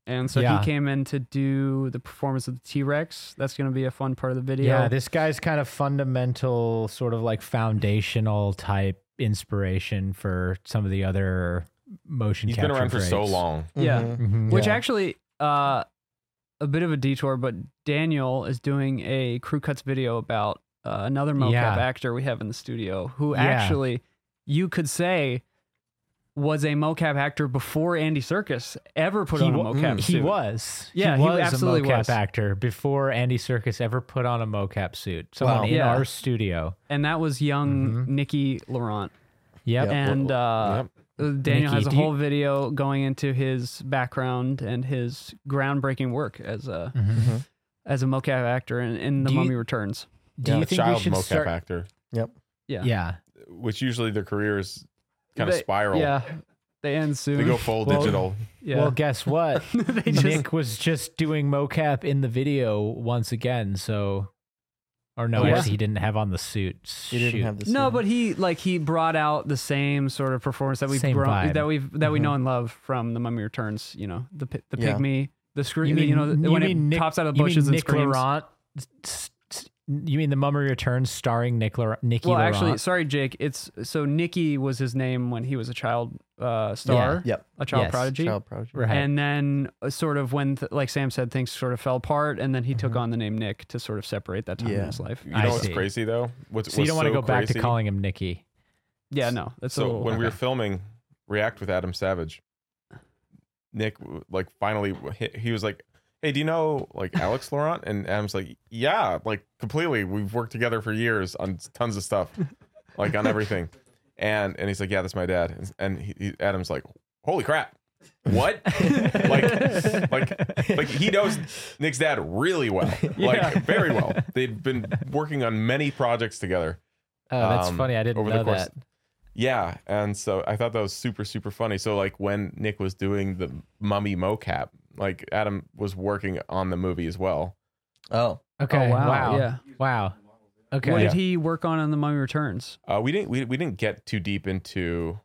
[SPEAKER 5] and so
[SPEAKER 3] Yeah.
[SPEAKER 5] he came in to do the performance of the T Rex. That's going to be a fun part of the video.
[SPEAKER 3] Yeah, this guy's kind of fundamental, sort of like foundational type inspiration for some of the other motion.
[SPEAKER 4] He's been
[SPEAKER 3] capture
[SPEAKER 4] around for so
[SPEAKER 3] trades.
[SPEAKER 4] long.
[SPEAKER 5] yeah.
[SPEAKER 2] Mhm.
[SPEAKER 3] Mhm.
[SPEAKER 5] Which
[SPEAKER 3] Yeah.
[SPEAKER 5] actually, uh, a bit of a detour, but Daniel is doing a crew cuts video about uh, another mocap
[SPEAKER 3] Yeah.
[SPEAKER 5] actor we have in the studio who
[SPEAKER 3] Yeah.
[SPEAKER 5] actually, you could say, was a mocap actor before Andy Circus ever put on a
[SPEAKER 3] wa- mm,
[SPEAKER 5] mocap
[SPEAKER 3] he
[SPEAKER 5] suit.
[SPEAKER 3] was.
[SPEAKER 5] Yeah,
[SPEAKER 3] he
[SPEAKER 5] he
[SPEAKER 3] was
[SPEAKER 5] absolutely
[SPEAKER 3] a mocap
[SPEAKER 5] was.
[SPEAKER 3] actor before Andy Circus ever put on a mocap suit. Someone
[SPEAKER 2] Wow.
[SPEAKER 3] in
[SPEAKER 5] Yeah.
[SPEAKER 3] our studio.
[SPEAKER 5] and that was young Nikki Laurent.
[SPEAKER 3] Mm-hmm. Yep.
[SPEAKER 5] And uh, Daniel
[SPEAKER 3] Nikki,
[SPEAKER 5] has a
[SPEAKER 3] do you-
[SPEAKER 5] whole video going into his background and his groundbreaking work as a as a mocap actor in, in
[SPEAKER 3] Mm-hmm.
[SPEAKER 5] The
[SPEAKER 3] Do you-
[SPEAKER 5] Mummy Returns.
[SPEAKER 3] Do
[SPEAKER 4] Yeah,
[SPEAKER 3] you
[SPEAKER 4] a
[SPEAKER 3] think we
[SPEAKER 4] child
[SPEAKER 3] should
[SPEAKER 4] mocap
[SPEAKER 3] start?
[SPEAKER 4] actor,
[SPEAKER 2] Yep.
[SPEAKER 5] Yeah,
[SPEAKER 3] Yeah.
[SPEAKER 4] which usually their careers kind
[SPEAKER 5] They-
[SPEAKER 4] of spiral.
[SPEAKER 5] Yeah, they end soon.
[SPEAKER 4] They go full
[SPEAKER 3] Well-
[SPEAKER 4] digital.
[SPEAKER 5] yeah.
[SPEAKER 3] Well, guess what?
[SPEAKER 5] they just,
[SPEAKER 3] Nick was just doing mocap in the video once again. So, or no,
[SPEAKER 5] Oh,
[SPEAKER 3] actually,
[SPEAKER 5] yeah.
[SPEAKER 3] he didn't have on the suit. Shoot.
[SPEAKER 2] You didn't have the
[SPEAKER 5] no,
[SPEAKER 2] same-
[SPEAKER 5] but he like he brought out the same sort of performance that we've
[SPEAKER 3] Same
[SPEAKER 5] grown,
[SPEAKER 3] vibe. Mm-hmm.
[SPEAKER 5] that we've that we know and love from The Mummy Returns. You know, the pi- the
[SPEAKER 2] Yeah.
[SPEAKER 5] pygmy, the screw. You, know, the, when it
[SPEAKER 3] mean Nick-
[SPEAKER 5] pops out of the
[SPEAKER 3] you mean
[SPEAKER 5] bushes and
[SPEAKER 3] Nick
[SPEAKER 5] screams.
[SPEAKER 3] Laurent. S- s- You mean the Mummy Returns starring Nick Laurent? Nikki
[SPEAKER 5] well,
[SPEAKER 3] Laurent.
[SPEAKER 5] actually, sorry, Jake. It's so Nikki was his name when he was a child uh, star,
[SPEAKER 2] Yep.
[SPEAKER 5] a child
[SPEAKER 3] Yes,
[SPEAKER 5] prodigy,
[SPEAKER 2] Child prodigy.
[SPEAKER 3] right.
[SPEAKER 5] and then uh, sort of when, th- like Sam said, things sort of fell apart, and then he took on the name Nick to sort of separate that time in
[SPEAKER 2] Yeah.
[SPEAKER 5] his life.
[SPEAKER 4] You
[SPEAKER 3] Mm-hmm. I
[SPEAKER 4] know what's
[SPEAKER 3] see.
[SPEAKER 4] crazy though? What's,
[SPEAKER 3] so you
[SPEAKER 4] what's
[SPEAKER 3] don't want to
[SPEAKER 4] so
[SPEAKER 3] go back to
[SPEAKER 4] crazy-
[SPEAKER 3] calling him Nikki.
[SPEAKER 5] Yeah, no, that's a
[SPEAKER 4] So
[SPEAKER 5] little,
[SPEAKER 4] when we were filming React with Adam Savage, Nick like finally he- he was like, "Hey, do you know like Alex Laurent?" And Adam's like, "Yeah, like completely. We've worked together for years on tons of stuff, like on everything." And and he's like, "Yeah, that's my dad." And, and he, he- Adam's like, "Holy crap." What? like, like, like he knows Nick's dad really well, like
[SPEAKER 5] Yeah.
[SPEAKER 4] very well. They've been working on many projects together,
[SPEAKER 3] Oh, that's
[SPEAKER 4] um,
[SPEAKER 3] funny. I didn't
[SPEAKER 4] over the
[SPEAKER 3] know
[SPEAKER 4] course-
[SPEAKER 3] that.
[SPEAKER 4] yeah, and so I thought that was super super funny. So like when Nick was doing the mummy mocap, like Adam was working on the movie as well.
[SPEAKER 2] Oh.
[SPEAKER 3] Okay.
[SPEAKER 5] Oh, wow,
[SPEAKER 3] wow. Wow.
[SPEAKER 5] yeah.
[SPEAKER 3] Okay.
[SPEAKER 5] what did he work on on The Mummy Returns?
[SPEAKER 4] Uh, we didn't we, we didn't get too deep into.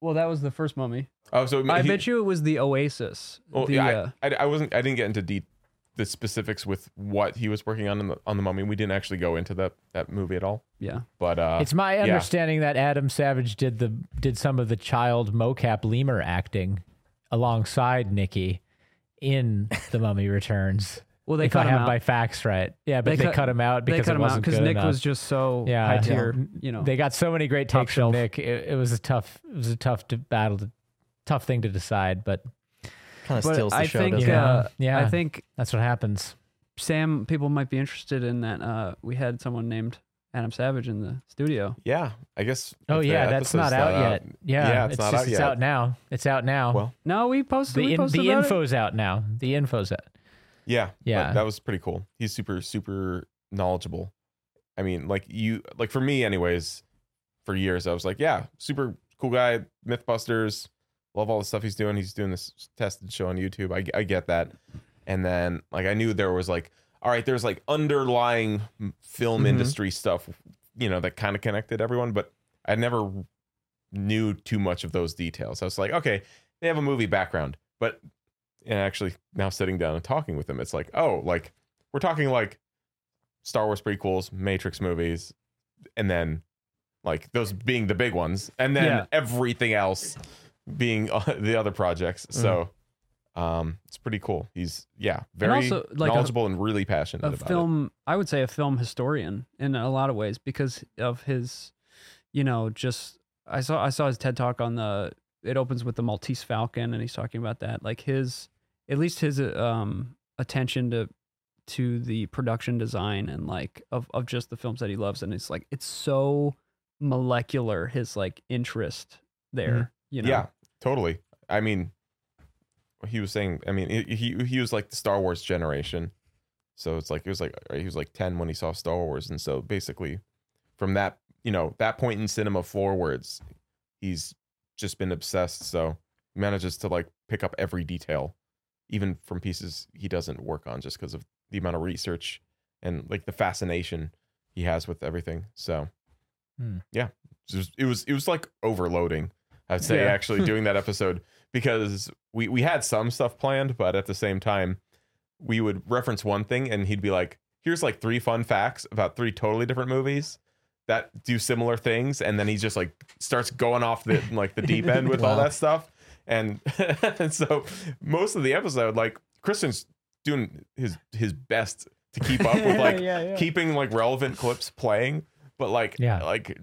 [SPEAKER 5] Well, that was the first Mummy.
[SPEAKER 4] Oh, so
[SPEAKER 5] I bet you it was the Oasis.
[SPEAKER 4] Well,
[SPEAKER 5] the,
[SPEAKER 4] yeah, I-
[SPEAKER 5] uh,
[SPEAKER 4] I, I wasn't I didn't get into deep the specifics with what he was working on in the, on the mummy. We didn't actually go into that that movie at all.
[SPEAKER 5] yeah.
[SPEAKER 4] But uh,
[SPEAKER 3] It's my
[SPEAKER 4] yeah.
[SPEAKER 3] understanding that Adam Savage did the did some of the child mocap lemur acting alongside Nikki in The Mummy Returns.
[SPEAKER 5] Well, they
[SPEAKER 3] if
[SPEAKER 5] cut
[SPEAKER 3] I
[SPEAKER 5] him
[SPEAKER 3] have
[SPEAKER 5] out.
[SPEAKER 3] my facts right, yeah, but
[SPEAKER 5] They
[SPEAKER 3] they,
[SPEAKER 5] cut-
[SPEAKER 3] cut, him out because
[SPEAKER 5] they cut
[SPEAKER 3] it
[SPEAKER 5] him out
[SPEAKER 3] wasn't
[SPEAKER 5] because
[SPEAKER 3] good
[SPEAKER 5] Nick
[SPEAKER 3] enough.
[SPEAKER 5] was just so
[SPEAKER 3] Yeah.
[SPEAKER 5] high tier. You know,
[SPEAKER 3] They got so many great
[SPEAKER 5] Top
[SPEAKER 3] takes from
[SPEAKER 5] shelf.
[SPEAKER 3] Nick. It, it was a tough, it was a tough to battle, to, tough thing to decide. But
[SPEAKER 2] Kind of
[SPEAKER 5] but
[SPEAKER 2] steals the
[SPEAKER 5] I
[SPEAKER 2] show,
[SPEAKER 5] think
[SPEAKER 2] doesn't
[SPEAKER 3] it?
[SPEAKER 5] uh,
[SPEAKER 3] Yeah.
[SPEAKER 5] I think
[SPEAKER 3] that's what happens.
[SPEAKER 5] Sam, people might be interested in that. Uh, we had someone named Adam Savage in the studio.
[SPEAKER 4] yeah, I guess.
[SPEAKER 3] Oh
[SPEAKER 4] if the
[SPEAKER 3] yeah, that's
[SPEAKER 4] episode's uh,
[SPEAKER 3] not out yet. Yeah,
[SPEAKER 4] yeah, it's not
[SPEAKER 3] just,
[SPEAKER 4] out
[SPEAKER 3] It's
[SPEAKER 4] yet.
[SPEAKER 3] out now. It's out now.
[SPEAKER 4] Well,
[SPEAKER 5] No, we posted.
[SPEAKER 3] the
[SPEAKER 5] we
[SPEAKER 3] in,
[SPEAKER 5] posted
[SPEAKER 3] the
[SPEAKER 5] about it.
[SPEAKER 3] info's out now. The info's out.
[SPEAKER 4] Yeah. but
[SPEAKER 3] Yeah.
[SPEAKER 4] That was pretty cool. He's super, super knowledgeable. I mean, like you like for me anyways, for years I was like, yeah, super cool guy, Mythbusters, love all the stuff he's doing. He's doing this tested show on YouTube. I I get that. And then like I knew there was like, all right, there's like underlying film
[SPEAKER 2] Mhm.
[SPEAKER 4] industry stuff, you know, that kind of connected everyone, but I never knew too much of those details. I was like, okay, they have a movie background, but and actually now sitting down and talking with them, it's like, oh, like we're talking like Star Wars prequels, Matrix movies, and then like those being the big ones, and then
[SPEAKER 5] Yeah.
[SPEAKER 4] everything else being uh, the other projects.
[SPEAKER 5] Mm-hmm.
[SPEAKER 4] So um, it's pretty cool. He's yeah, very
[SPEAKER 5] also, like, a-
[SPEAKER 4] knowledgeable and really passionate
[SPEAKER 5] a
[SPEAKER 4] about it.
[SPEAKER 5] film. I would say a film historian in a lot of ways because of his, you know, just I saw I saw his TED talk on the. It opens with the Maltese Falcon, and he's talking about that. Like his, at least his uh, um attention to to the production design and like of of just the films that he loves, and it's like it's so molecular his like interest there. You
[SPEAKER 4] Mm-hmm.
[SPEAKER 5] know,
[SPEAKER 4] Yeah, totally. I mean, he was saying. I mean, he he, he was like the Star Wars generation, so it's like he was like he was like ten when he saw Star Wars, and so basically, from that you know that point in cinema forwards, he's just been obsessed. So he manages to like pick up every detail, even from pieces he doesn't work on, just because of the amount of research and like the fascination he has with everything. So,
[SPEAKER 3] Hmm.
[SPEAKER 4] yeah, it was, it was it was like overloading. I'd say
[SPEAKER 5] Yeah.
[SPEAKER 4] actually doing that episode because we we had some stuff planned, but at the same time, we would reference one thing and he'd be like, "Here's like three fun facts about three totally different movies." That do similar things, and then he just like starts going off the like the deep end with all
[SPEAKER 2] Wow.
[SPEAKER 4] that stuff, and, and so most of the episode, like Kristen's doing his his best to keep up with like keeping like relevant clips playing but like
[SPEAKER 3] Yeah.
[SPEAKER 4] like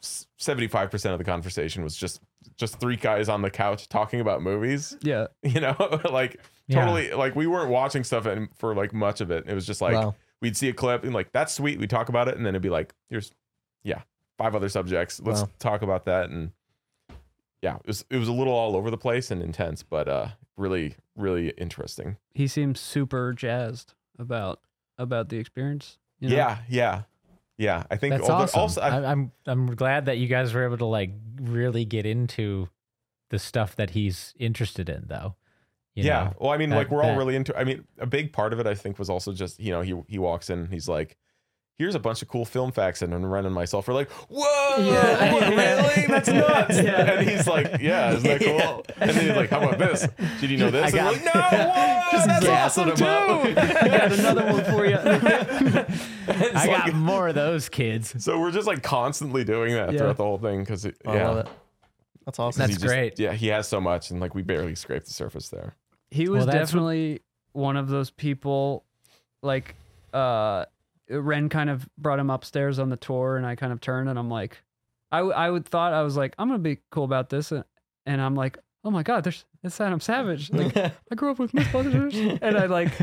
[SPEAKER 4] 75 percent of the conversation was just just three guys on the couch talking about movies.
[SPEAKER 5] Yeah.
[SPEAKER 4] You know, like
[SPEAKER 3] Yeah.
[SPEAKER 4] totally like we weren't watching stuff and for like much of it. It was just like
[SPEAKER 2] Wow.
[SPEAKER 4] we'd see a clip and like that's sweet. We talk about it and then it'd be like here's yeah five other subjects. Let's
[SPEAKER 2] Wow.
[SPEAKER 4] talk about that and yeah it was it was a little all over the place and intense, but uh really really interesting.
[SPEAKER 5] He seems super jazzed about about the experience. you know?
[SPEAKER 4] Yeah yeah yeah. I think
[SPEAKER 3] That's
[SPEAKER 4] although-
[SPEAKER 3] awesome.
[SPEAKER 4] also I-
[SPEAKER 3] I, I'm I'm glad that you guys were able to like really get into the stuff that he's interested in, though. You
[SPEAKER 4] yeah.
[SPEAKER 3] know?
[SPEAKER 4] Well, I mean, like
[SPEAKER 3] that-
[SPEAKER 4] we're all
[SPEAKER 3] that-
[SPEAKER 4] really into. I mean, a big part of it, I think, was also just you know he he walks in, and he's like, "Here's a bunch of cool film facts," and I'm running myself. We're like, "Whoa,
[SPEAKER 5] Yeah.
[SPEAKER 4] what, really? That's nuts!"
[SPEAKER 5] Yeah.
[SPEAKER 4] And he's like, "Yeah, isn't that cool?" And then he's like, "How about this? Did you know this?" And we're like, "No, whoa, that's
[SPEAKER 2] gassing
[SPEAKER 4] awesome too."
[SPEAKER 2] him
[SPEAKER 5] I got another one for you.
[SPEAKER 4] It's
[SPEAKER 3] I
[SPEAKER 4] like-
[SPEAKER 3] got more of those kids.
[SPEAKER 4] so we're just like constantly doing that
[SPEAKER 5] Yeah.
[SPEAKER 4] throughout the whole thing because
[SPEAKER 2] Oh, I
[SPEAKER 4] yeah,
[SPEAKER 2] love it. That's awesome.
[SPEAKER 4] He
[SPEAKER 3] That's
[SPEAKER 4] just-
[SPEAKER 3] great.
[SPEAKER 4] Yeah, he has so much, and like we barely scraped the surface there.
[SPEAKER 5] He was
[SPEAKER 3] Well, that's what-
[SPEAKER 5] definitely one of those people like uh Ren kind of brought him upstairs on the tour and I kind of turned and I'm like I w- I would thought I was like I'm going to be cool about this and, and I'm like oh my god there's it's Adam Savage like I grew up with Mythbusters and I like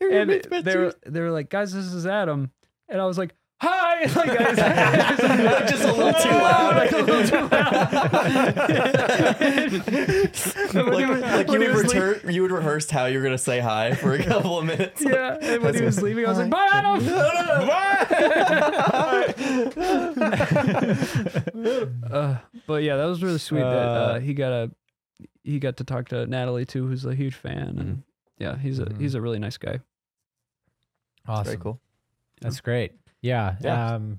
[SPEAKER 5] and they were they were like guys this is Adam and I was like hi like I was,
[SPEAKER 2] Just a little too loud.
[SPEAKER 5] like a little too
[SPEAKER 2] like, like you
[SPEAKER 5] when he
[SPEAKER 2] would
[SPEAKER 5] was like-
[SPEAKER 2] return, you would rehearse how you were gonna say hi for a couple of minutes.
[SPEAKER 5] yeah and when he was leaving I was like bye Adam Uh, but yeah, that was really sweet that uh,
[SPEAKER 3] Uh,
[SPEAKER 5] he got a he got to talk to Natalie too, who's a huge fan,
[SPEAKER 4] Mm-hmm.
[SPEAKER 5] and yeah, he's a he's a really nice guy.
[SPEAKER 3] Awesome.
[SPEAKER 2] Very cool.
[SPEAKER 3] That's great. Yeah.
[SPEAKER 4] Yeah.
[SPEAKER 3] Um,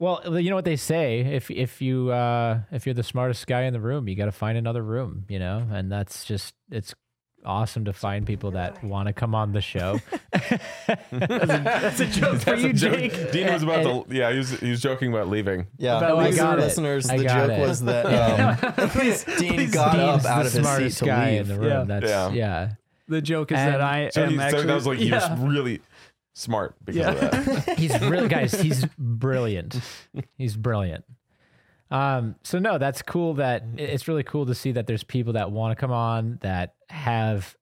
[SPEAKER 3] well, you know what they say if if you uh, if you're the smartest guy in the room, you got to find another room. You know, and that's just it's awesome to find people that want to come on the show.
[SPEAKER 4] That's a joke for
[SPEAKER 3] you, Jake.
[SPEAKER 4] Dean was about
[SPEAKER 3] And-
[SPEAKER 4] to. Yeah, he was, he was joking about leaving.
[SPEAKER 2] Yeah,
[SPEAKER 3] Oh, I
[SPEAKER 2] listen-
[SPEAKER 3] got it.
[SPEAKER 2] listeners,
[SPEAKER 3] I
[SPEAKER 2] the
[SPEAKER 3] got
[SPEAKER 2] joke
[SPEAKER 3] it.
[SPEAKER 2] was that um, Dean got
[SPEAKER 3] Dean's
[SPEAKER 2] up out
[SPEAKER 3] the
[SPEAKER 2] of his seat
[SPEAKER 3] smartest
[SPEAKER 2] to
[SPEAKER 3] guy
[SPEAKER 2] leave.
[SPEAKER 3] in the room.
[SPEAKER 5] Yeah.
[SPEAKER 3] That's yeah.
[SPEAKER 4] Yeah.
[SPEAKER 5] The joke is
[SPEAKER 3] And-
[SPEAKER 5] that I
[SPEAKER 4] So,
[SPEAKER 5] am
[SPEAKER 4] he, so
[SPEAKER 5] actually
[SPEAKER 4] that was like
[SPEAKER 5] yeah.
[SPEAKER 4] he was really smart because of that.
[SPEAKER 3] He's really guys, he's brilliant. He's brilliant. Um, so no, that's cool that i- it's really cool to see that there's people that want to come on that have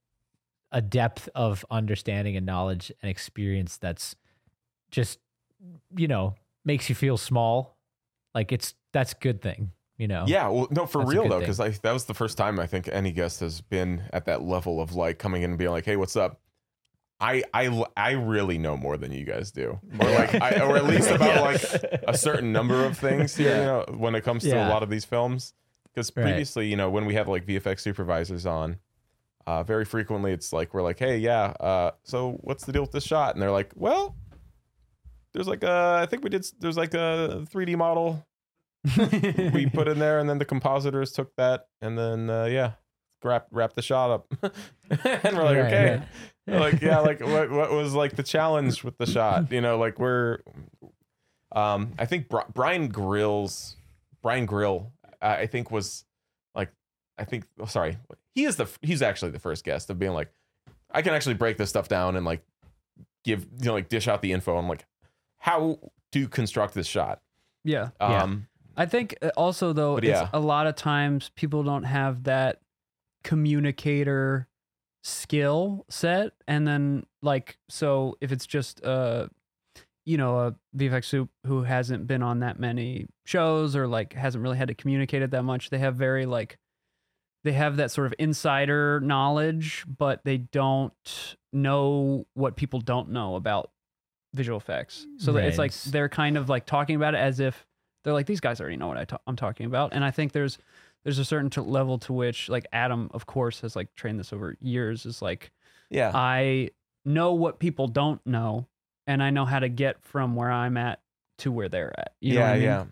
[SPEAKER 3] a depth of understanding and knowledge and experience that's just you know, makes you feel small. Like it's that's a good thing, you know.
[SPEAKER 4] Yeah, well, no, for
[SPEAKER 3] That's a
[SPEAKER 4] real
[SPEAKER 3] good
[SPEAKER 4] though,
[SPEAKER 3] thing.
[SPEAKER 4] because that was the first time I think any guest has been at that level of like coming in and being like, "Hey, what's up?" I I I really know more than you guys do, or like, I, or at least about like a certain number of things here. You know, when it comes to
[SPEAKER 3] Yeah.
[SPEAKER 4] a lot of these films, because
[SPEAKER 3] Right.
[SPEAKER 4] previously, you know, when we have like VFX supervisors on, uh, very frequently it's like we're like, "Hey, yeah, uh, so what's the deal with this shot?" And they're like, "Well." There's like a, I think we did. s- There's like a 3D model we put in there, and then the compositors took that, and then uh, yeah, wrap wrap the shot up, and we're like,
[SPEAKER 3] Right,
[SPEAKER 4] okay, like yeah, like what what was like the challenge with the shot? You know, like we're, um, I think Bri- Brian Grills, Brian Grill, I I think was like, I think oh, sorry, he is the f- he's actually the first guest of being like, I can actually break this stuff down and like give you know like dish out the info on like how to construct this shot.
[SPEAKER 5] yeah.
[SPEAKER 3] Yeah.
[SPEAKER 4] Um,
[SPEAKER 5] I think uh, also though,
[SPEAKER 4] But
[SPEAKER 5] it's
[SPEAKER 4] yeah.
[SPEAKER 5] a lot of times people don't have that communicator skill set, and then like so if it's just uh you know a VFX soup who hasn't been on that many shows or like hasn't really had to communicate it that much, they have very like they have that sort of insider knowledge, but they don't know what people don't know about visual effects. So that it's
[SPEAKER 3] Right.
[SPEAKER 5] like they're kind of like talking about it as if they're like these guys already know what I ta- I'm talking about. And I think there's there's a certain to level to which like Adam, of course, has like trained this over years. Is like
[SPEAKER 4] yeah.
[SPEAKER 5] I know what people don't know, and I know how to get from where I'm at to where they're at. You know what I mean?
[SPEAKER 4] yeah.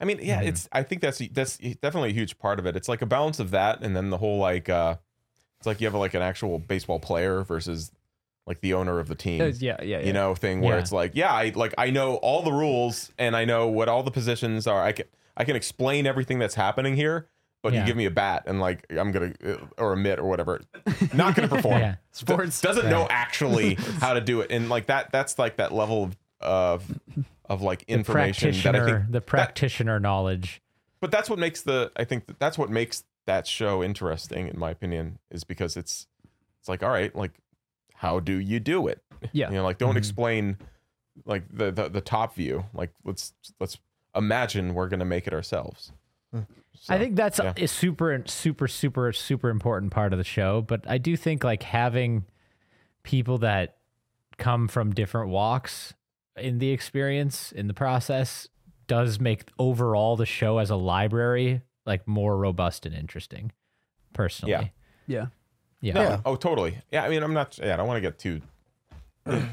[SPEAKER 4] I mean, yeah,
[SPEAKER 3] Mhm.
[SPEAKER 4] it's. I think that's that's definitely a huge part of it. It's like a balance of that, and then the whole like, uh it's like you have like an actual baseball player versus like the owner of the team,
[SPEAKER 5] It's- yeah, yeah, yeah.
[SPEAKER 4] you know, thing where
[SPEAKER 3] Yeah.
[SPEAKER 4] it's like, yeah, I like I know all the rules and I know what all the positions are. I can I can explain everything that's happening here, but
[SPEAKER 3] Yeah.
[SPEAKER 4] you give me a bat and like I'm gonna uh, or a mitt or whatever, not gonna perform.
[SPEAKER 3] Yeah.
[SPEAKER 4] Sports doesn't know actually how to do it, and like that that's like that level of of of like information that I
[SPEAKER 3] practitioner,
[SPEAKER 4] think
[SPEAKER 3] the practitioner knowledge.
[SPEAKER 4] but that's what makes the i think that that's what makes that show interesting in my opinion is because it's it's like all right like how do you do it
[SPEAKER 5] Yeah.
[SPEAKER 4] you know like don't explain like the, the the top view like let's let's imagine we're gonna make it ourselves
[SPEAKER 3] I think that's
[SPEAKER 4] yeah.
[SPEAKER 3] a super, super, super, super important part of the show. But I do think like having people that come from different walks in the experience, in the process, does make overall the show as a library like more robust and interesting. Personally,
[SPEAKER 4] Yeah.
[SPEAKER 3] yeah.
[SPEAKER 5] Yeah.
[SPEAKER 4] No. Oh, totally. Yeah. I mean, I'm not. Yeah, I don't want to get too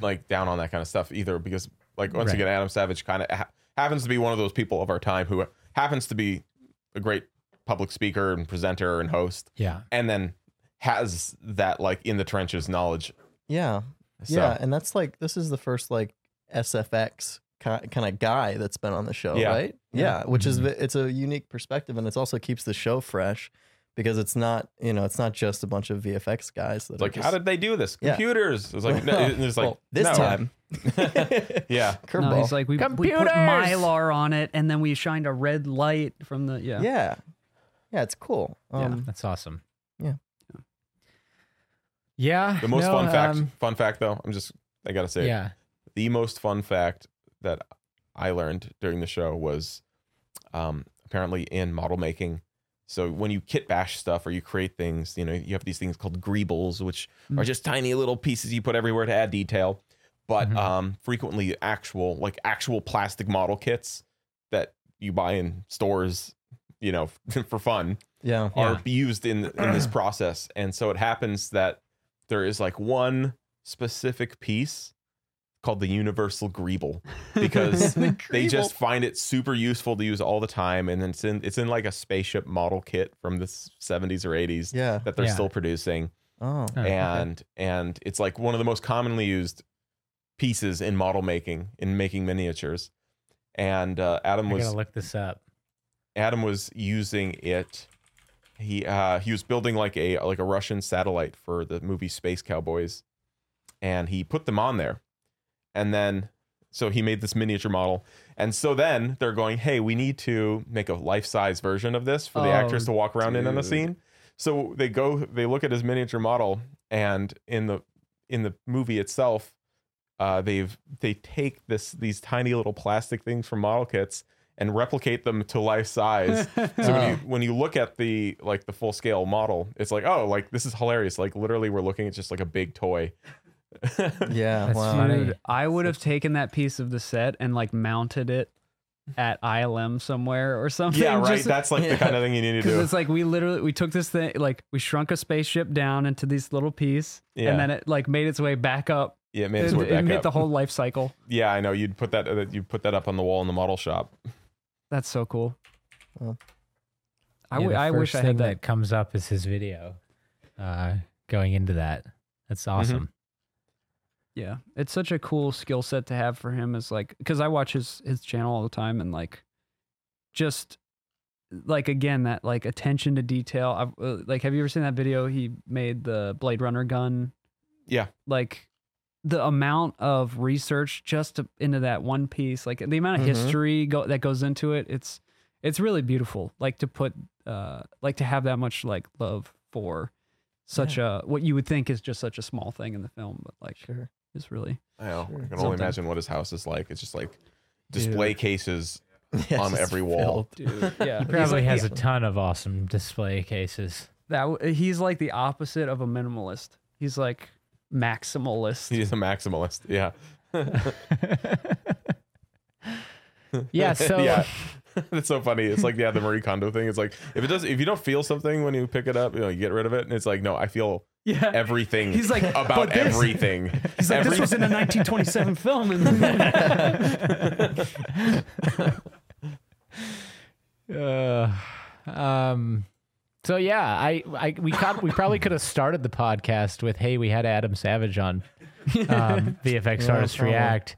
[SPEAKER 4] like down on that kind of stuff either, because like once
[SPEAKER 3] Right.
[SPEAKER 4] again, Adam Savage kind of ha- happens to be one of those people of our time who happens to be a great public speaker and presenter and host.
[SPEAKER 3] Yeah.
[SPEAKER 4] And then has that like in the trenches knowledge.
[SPEAKER 2] Yeah.
[SPEAKER 4] So-
[SPEAKER 2] Yeah, and that's like this is the first like SFX kind of guy that's been on the show,
[SPEAKER 4] Yeah. Mm-hmm.
[SPEAKER 2] right? Yeah, which is it's a unique perspective and it's also keeps the show fresh because it's not, you know, it's not just a bunch of VFX guys that
[SPEAKER 4] It's like,
[SPEAKER 2] are just,
[SPEAKER 4] how did they do this?
[SPEAKER 2] Yeah.
[SPEAKER 4] Computers. It's like, no,
[SPEAKER 2] Well,
[SPEAKER 4] it's like
[SPEAKER 2] well, this
[SPEAKER 4] no.
[SPEAKER 2] time
[SPEAKER 4] Yeah.
[SPEAKER 2] curveball.
[SPEAKER 5] No, he's like we, we put
[SPEAKER 3] Computers!
[SPEAKER 5] mylar on it, and then we shined a red light from the yeah.
[SPEAKER 2] yeah. Yeah, it's cool. Um,
[SPEAKER 3] That's awesome.
[SPEAKER 2] Yeah.
[SPEAKER 3] Yeah.
[SPEAKER 4] The most
[SPEAKER 3] no,
[SPEAKER 4] fun fact.
[SPEAKER 3] um,
[SPEAKER 4] fun fact, though. I'm just. I gotta say. it.
[SPEAKER 3] yeah.
[SPEAKER 4] the most fun fact that I learned during the show was um, apparently in model making. So when you kit bash stuff or you create things, you know, you have these things called greebles, which are just tiny little pieces you put everywhere to add detail. But um, frequently actual like actual plastic model kits that you buy in stores, you know, for fun
[SPEAKER 2] Yeah.
[SPEAKER 4] are used in in this process. And so it happens that there is like one specific piece called the universal greeble because they just find it super useful to use all the time and then it's in it's in like a spaceship model kit from the s- 70s or 80s
[SPEAKER 2] Yeah.
[SPEAKER 4] that they're
[SPEAKER 3] Yeah.
[SPEAKER 4] still producing
[SPEAKER 2] Oh.
[SPEAKER 3] Oh, okay.
[SPEAKER 4] and and it's like one of the most commonly used pieces in model making in making miniatures and uh, Adam
[SPEAKER 3] I
[SPEAKER 4] was
[SPEAKER 3] gotta look this up.
[SPEAKER 4] Adam was using it. He uh, he was building like a like a Russian satellite for the movie Space Cowboys, and he put them on there, and then so he made this miniature model, and so then they're going, hey, we need to make a life size version of this for the
[SPEAKER 5] Oh,
[SPEAKER 4] actors to walk around in on the
[SPEAKER 5] dude.
[SPEAKER 4] scene. So they go, they look at his miniature model, and in the in the movie itself, uh, they've they take this these tiny little plastic things from model kits and replicate them to life size. so when you when you look at the like the full scale model, it's like oh like this is hilarious. Like literally, we're looking at just like a big toy.
[SPEAKER 2] Yeah.
[SPEAKER 3] That's
[SPEAKER 2] wow.
[SPEAKER 3] funny.
[SPEAKER 5] Dude, I would have taken that piece of the set and like mounted it at ILM somewhere or something.
[SPEAKER 4] Yeah, right.
[SPEAKER 5] just-
[SPEAKER 4] That's like the kind of thing you need to
[SPEAKER 5] Because
[SPEAKER 4] do.
[SPEAKER 5] it's like we literally we took this thing like we shrunk a spaceship down into this little piece
[SPEAKER 4] Yeah.
[SPEAKER 5] and then it like made its way back up.
[SPEAKER 4] yeah, man, it's
[SPEAKER 5] it
[SPEAKER 4] way back
[SPEAKER 5] it hit
[SPEAKER 4] up.
[SPEAKER 5] the whole life cycle.
[SPEAKER 4] yeah, I know. You'd put that uh, you put that up on the wall in the model shop.
[SPEAKER 5] That's so cool.
[SPEAKER 2] Well.
[SPEAKER 5] I
[SPEAKER 3] Yeah,
[SPEAKER 5] w-
[SPEAKER 3] the
[SPEAKER 5] I wish
[SPEAKER 3] first
[SPEAKER 5] I had
[SPEAKER 3] thing
[SPEAKER 5] that.
[SPEAKER 3] comes up is his video uh, going into that. That's
[SPEAKER 4] Mm-hmm.
[SPEAKER 3] awesome.
[SPEAKER 5] Yeah, it's such a cool skill set to have for him. Is like because I watch his his channel all the time and like, just like again that like attention to detail. I've, uh, like, have you ever seen that video he made the Blade Runner gun?
[SPEAKER 4] Yeah.
[SPEAKER 5] Like the amount of research just to, into that one piece, like the amount of
[SPEAKER 2] Mhm.
[SPEAKER 5] history go, that goes into it. It's it's really beautiful. Like to put uh like to have that much like love for such a what you would think is just such a small thing in the film, but like
[SPEAKER 2] Sure.
[SPEAKER 5] is really
[SPEAKER 4] I know. I can only
[SPEAKER 5] Something.
[SPEAKER 4] imagine what his house is like. It's just like display cases on
[SPEAKER 2] it's
[SPEAKER 4] every wall.
[SPEAKER 5] dude yeah
[SPEAKER 3] He probably has a ton of awesome display cases.
[SPEAKER 5] that w- he's like the opposite of a minimalist he's like maximalist
[SPEAKER 4] He's a maximalist. Yeah.
[SPEAKER 3] Yeah. So
[SPEAKER 4] yeah, that's so funny. It's like yeah, the Marie Kondo thing. It's like if it does, if you don't feel something when you pick it up, you know, you get rid of it, and it's like no, I feel
[SPEAKER 5] yeah
[SPEAKER 4] everything.
[SPEAKER 5] He's like,
[SPEAKER 4] about
[SPEAKER 5] "But this-"
[SPEAKER 4] everything.
[SPEAKER 5] he's like this was in a 1927 film and
[SPEAKER 3] Uh, um, so yeah, I, I we caught, we probably could have started the podcast with hey, we had Adam Savage on um, VFX
[SPEAKER 2] Yeah,
[SPEAKER 3] Artist
[SPEAKER 2] probably.
[SPEAKER 3] React,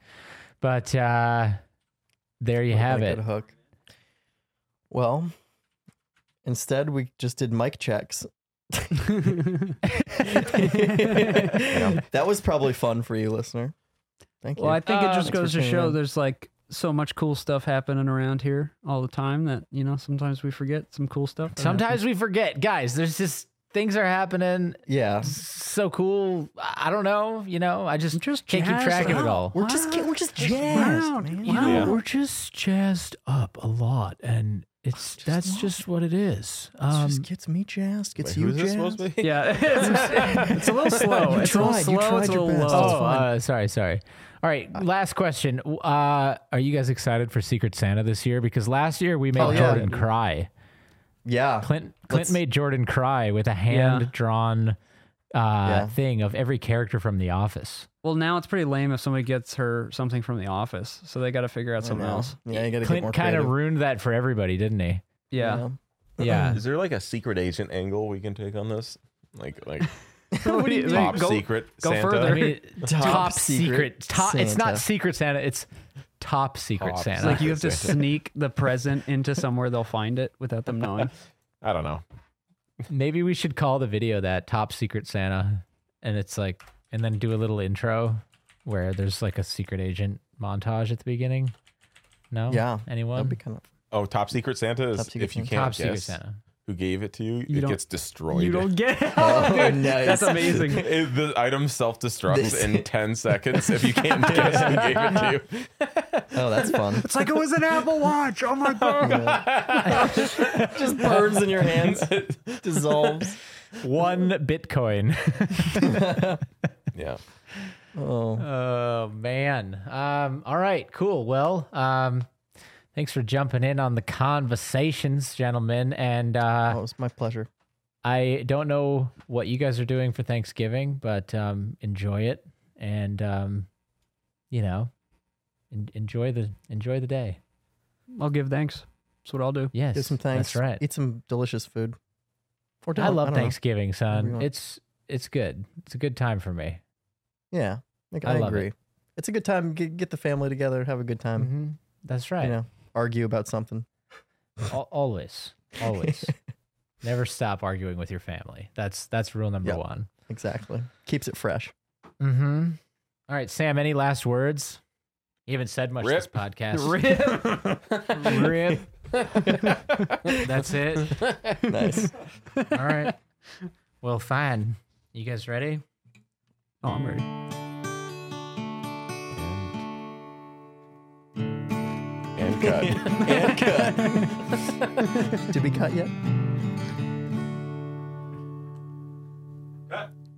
[SPEAKER 3] but uh, there you
[SPEAKER 2] Would've
[SPEAKER 3] have
[SPEAKER 2] been a
[SPEAKER 3] it.
[SPEAKER 2] Good hook. Well, instead we just did mic checks. that was probably fun for you, listener. Thank you.
[SPEAKER 5] Well, I think it
[SPEAKER 7] Uh,
[SPEAKER 5] just
[SPEAKER 2] Thanks
[SPEAKER 5] goes
[SPEAKER 2] for
[SPEAKER 5] to
[SPEAKER 2] tuning
[SPEAKER 5] show
[SPEAKER 2] in.
[SPEAKER 5] there's like so much cool stuff happening around here all the time that you know sometimes we forget some cool stuff. that happened.
[SPEAKER 3] Sometimes we forget, guys. There's just things are happening.
[SPEAKER 2] yeah.
[SPEAKER 3] So cool. I I don't know. You know, I just
[SPEAKER 5] just
[SPEAKER 3] can't keep
[SPEAKER 5] jazzed
[SPEAKER 3] track of it
[SPEAKER 5] up.
[SPEAKER 3] all.
[SPEAKER 2] We're just we're just
[SPEAKER 5] Wow,
[SPEAKER 2] jazzed, man.
[SPEAKER 5] wow.
[SPEAKER 3] know,
[SPEAKER 4] Yeah.
[SPEAKER 3] we're just jazzed up a lot, and it's that's just what it is. Um,
[SPEAKER 2] It just gets me jazzed. Gets you
[SPEAKER 4] who's this supposed
[SPEAKER 2] jazzed.
[SPEAKER 4] to be?
[SPEAKER 5] Yeah, it's, it's a little slow.
[SPEAKER 2] You
[SPEAKER 5] it's a
[SPEAKER 2] tried,
[SPEAKER 5] little
[SPEAKER 2] you
[SPEAKER 5] slow.
[SPEAKER 2] tried
[SPEAKER 5] It's a
[SPEAKER 2] your
[SPEAKER 5] little
[SPEAKER 2] best.
[SPEAKER 5] low.
[SPEAKER 2] It's
[SPEAKER 3] Oh, uh, sorry, sorry. All right, last question. Uh, are you guys excited for Secret Santa this year? Because last year we made
[SPEAKER 2] Oh, yeah.
[SPEAKER 3] Jordan cry.
[SPEAKER 2] Yeah.
[SPEAKER 3] Clint Clint
[SPEAKER 2] Let's-
[SPEAKER 3] made Jordan cry with a hand drawn uh,
[SPEAKER 2] Yeah.
[SPEAKER 3] thing of every character from The Office.
[SPEAKER 5] Well, now it's pretty lame if somebody gets her something from the office, so they got to figure out
[SPEAKER 2] I
[SPEAKER 5] something
[SPEAKER 2] know.
[SPEAKER 5] else.
[SPEAKER 2] Yeah, you gotta get more
[SPEAKER 3] Clint kind of
[SPEAKER 2] creative,
[SPEAKER 3] ruined that for everybody, didn't he?
[SPEAKER 2] you
[SPEAKER 5] Yeah,
[SPEAKER 2] know?
[SPEAKER 3] Yeah.
[SPEAKER 4] Is there like a secret agent angle we can take on this? Like like
[SPEAKER 5] What do you mean?
[SPEAKER 4] top
[SPEAKER 5] Go-
[SPEAKER 4] secret
[SPEAKER 5] go
[SPEAKER 4] Santa?
[SPEAKER 5] further.
[SPEAKER 3] I mean, top, secret.
[SPEAKER 2] secret
[SPEAKER 3] top, it's
[SPEAKER 2] Santa.
[SPEAKER 3] not Secret Santa. It's top secret
[SPEAKER 4] Top
[SPEAKER 3] Santa.
[SPEAKER 5] like you have to
[SPEAKER 4] That's right.
[SPEAKER 5] sneak the present into somewhere they'll find it without them knowing.
[SPEAKER 4] I don't know.
[SPEAKER 3] Maybe we should call the video that top secret Santa, and it's like, and then do a little intro where there's like a secret agent montage at the beginning. No,
[SPEAKER 2] Yeah.
[SPEAKER 3] anyone?
[SPEAKER 2] That'd be kind of.
[SPEAKER 4] Oh, top secret Santa is
[SPEAKER 2] Top Secret
[SPEAKER 4] if you
[SPEAKER 2] Santa.
[SPEAKER 4] can't
[SPEAKER 3] top secret
[SPEAKER 4] guess
[SPEAKER 3] Santa.
[SPEAKER 4] who gave it to you,
[SPEAKER 5] You
[SPEAKER 4] it
[SPEAKER 5] don't-
[SPEAKER 4] gets destroyed.
[SPEAKER 5] you don't get it.
[SPEAKER 2] Oh,
[SPEAKER 5] Dude,
[SPEAKER 2] nice.
[SPEAKER 5] That's amazing.
[SPEAKER 4] It- the item self
[SPEAKER 2] This-
[SPEAKER 4] destructs in 10 seconds if you can't guess who gave it to you.
[SPEAKER 2] Oh, that's fun.
[SPEAKER 5] It's like it was an Apple Watch. Oh my god.
[SPEAKER 2] just burns in your hands, dissolves.
[SPEAKER 3] One Bitcoin.
[SPEAKER 4] Yeah.
[SPEAKER 2] Oh,
[SPEAKER 3] oh man. Um. All right. Cool. Well. Um. Thanks for jumping in on the conversations, gentlemen. And uh,
[SPEAKER 2] that was my pleasure.
[SPEAKER 3] I don't know what you guys are doing for Thanksgiving, but um, enjoy it, and um, you know, en- enjoy the enjoy the day.
[SPEAKER 5] I'll give thanks. That's what I'll do.
[SPEAKER 3] Yes,
[SPEAKER 2] Do some thanks.
[SPEAKER 3] That's right.
[SPEAKER 2] Eat some delicious food. Or
[SPEAKER 3] I
[SPEAKER 2] don't,
[SPEAKER 3] love
[SPEAKER 2] don't know.
[SPEAKER 3] Thanksgiving,
[SPEAKER 2] Whatever you
[SPEAKER 3] son.
[SPEAKER 2] want.
[SPEAKER 3] It's it's good. It's a good time for me.
[SPEAKER 2] Yeah, like,
[SPEAKER 3] I
[SPEAKER 2] I,
[SPEAKER 3] love
[SPEAKER 2] agree. It's a good time. Get, get the family together, have a good time.
[SPEAKER 3] Mm-hmm. That's right.
[SPEAKER 2] Um, You know, argue about something.
[SPEAKER 3] Al- always, always, never stop arguing with your family. That's that's rule number
[SPEAKER 2] Yep.
[SPEAKER 3] one.
[SPEAKER 2] Exactly. Keeps it fresh.
[SPEAKER 3] Mm-hmm. All right, Sam. Any last words? You haven't said much this podcast. Rip. That's it.
[SPEAKER 2] Nice.
[SPEAKER 3] All right. Well, fine. You guys ready?
[SPEAKER 5] Oh, I'm ready.
[SPEAKER 4] And cut.
[SPEAKER 2] Did we cut yet?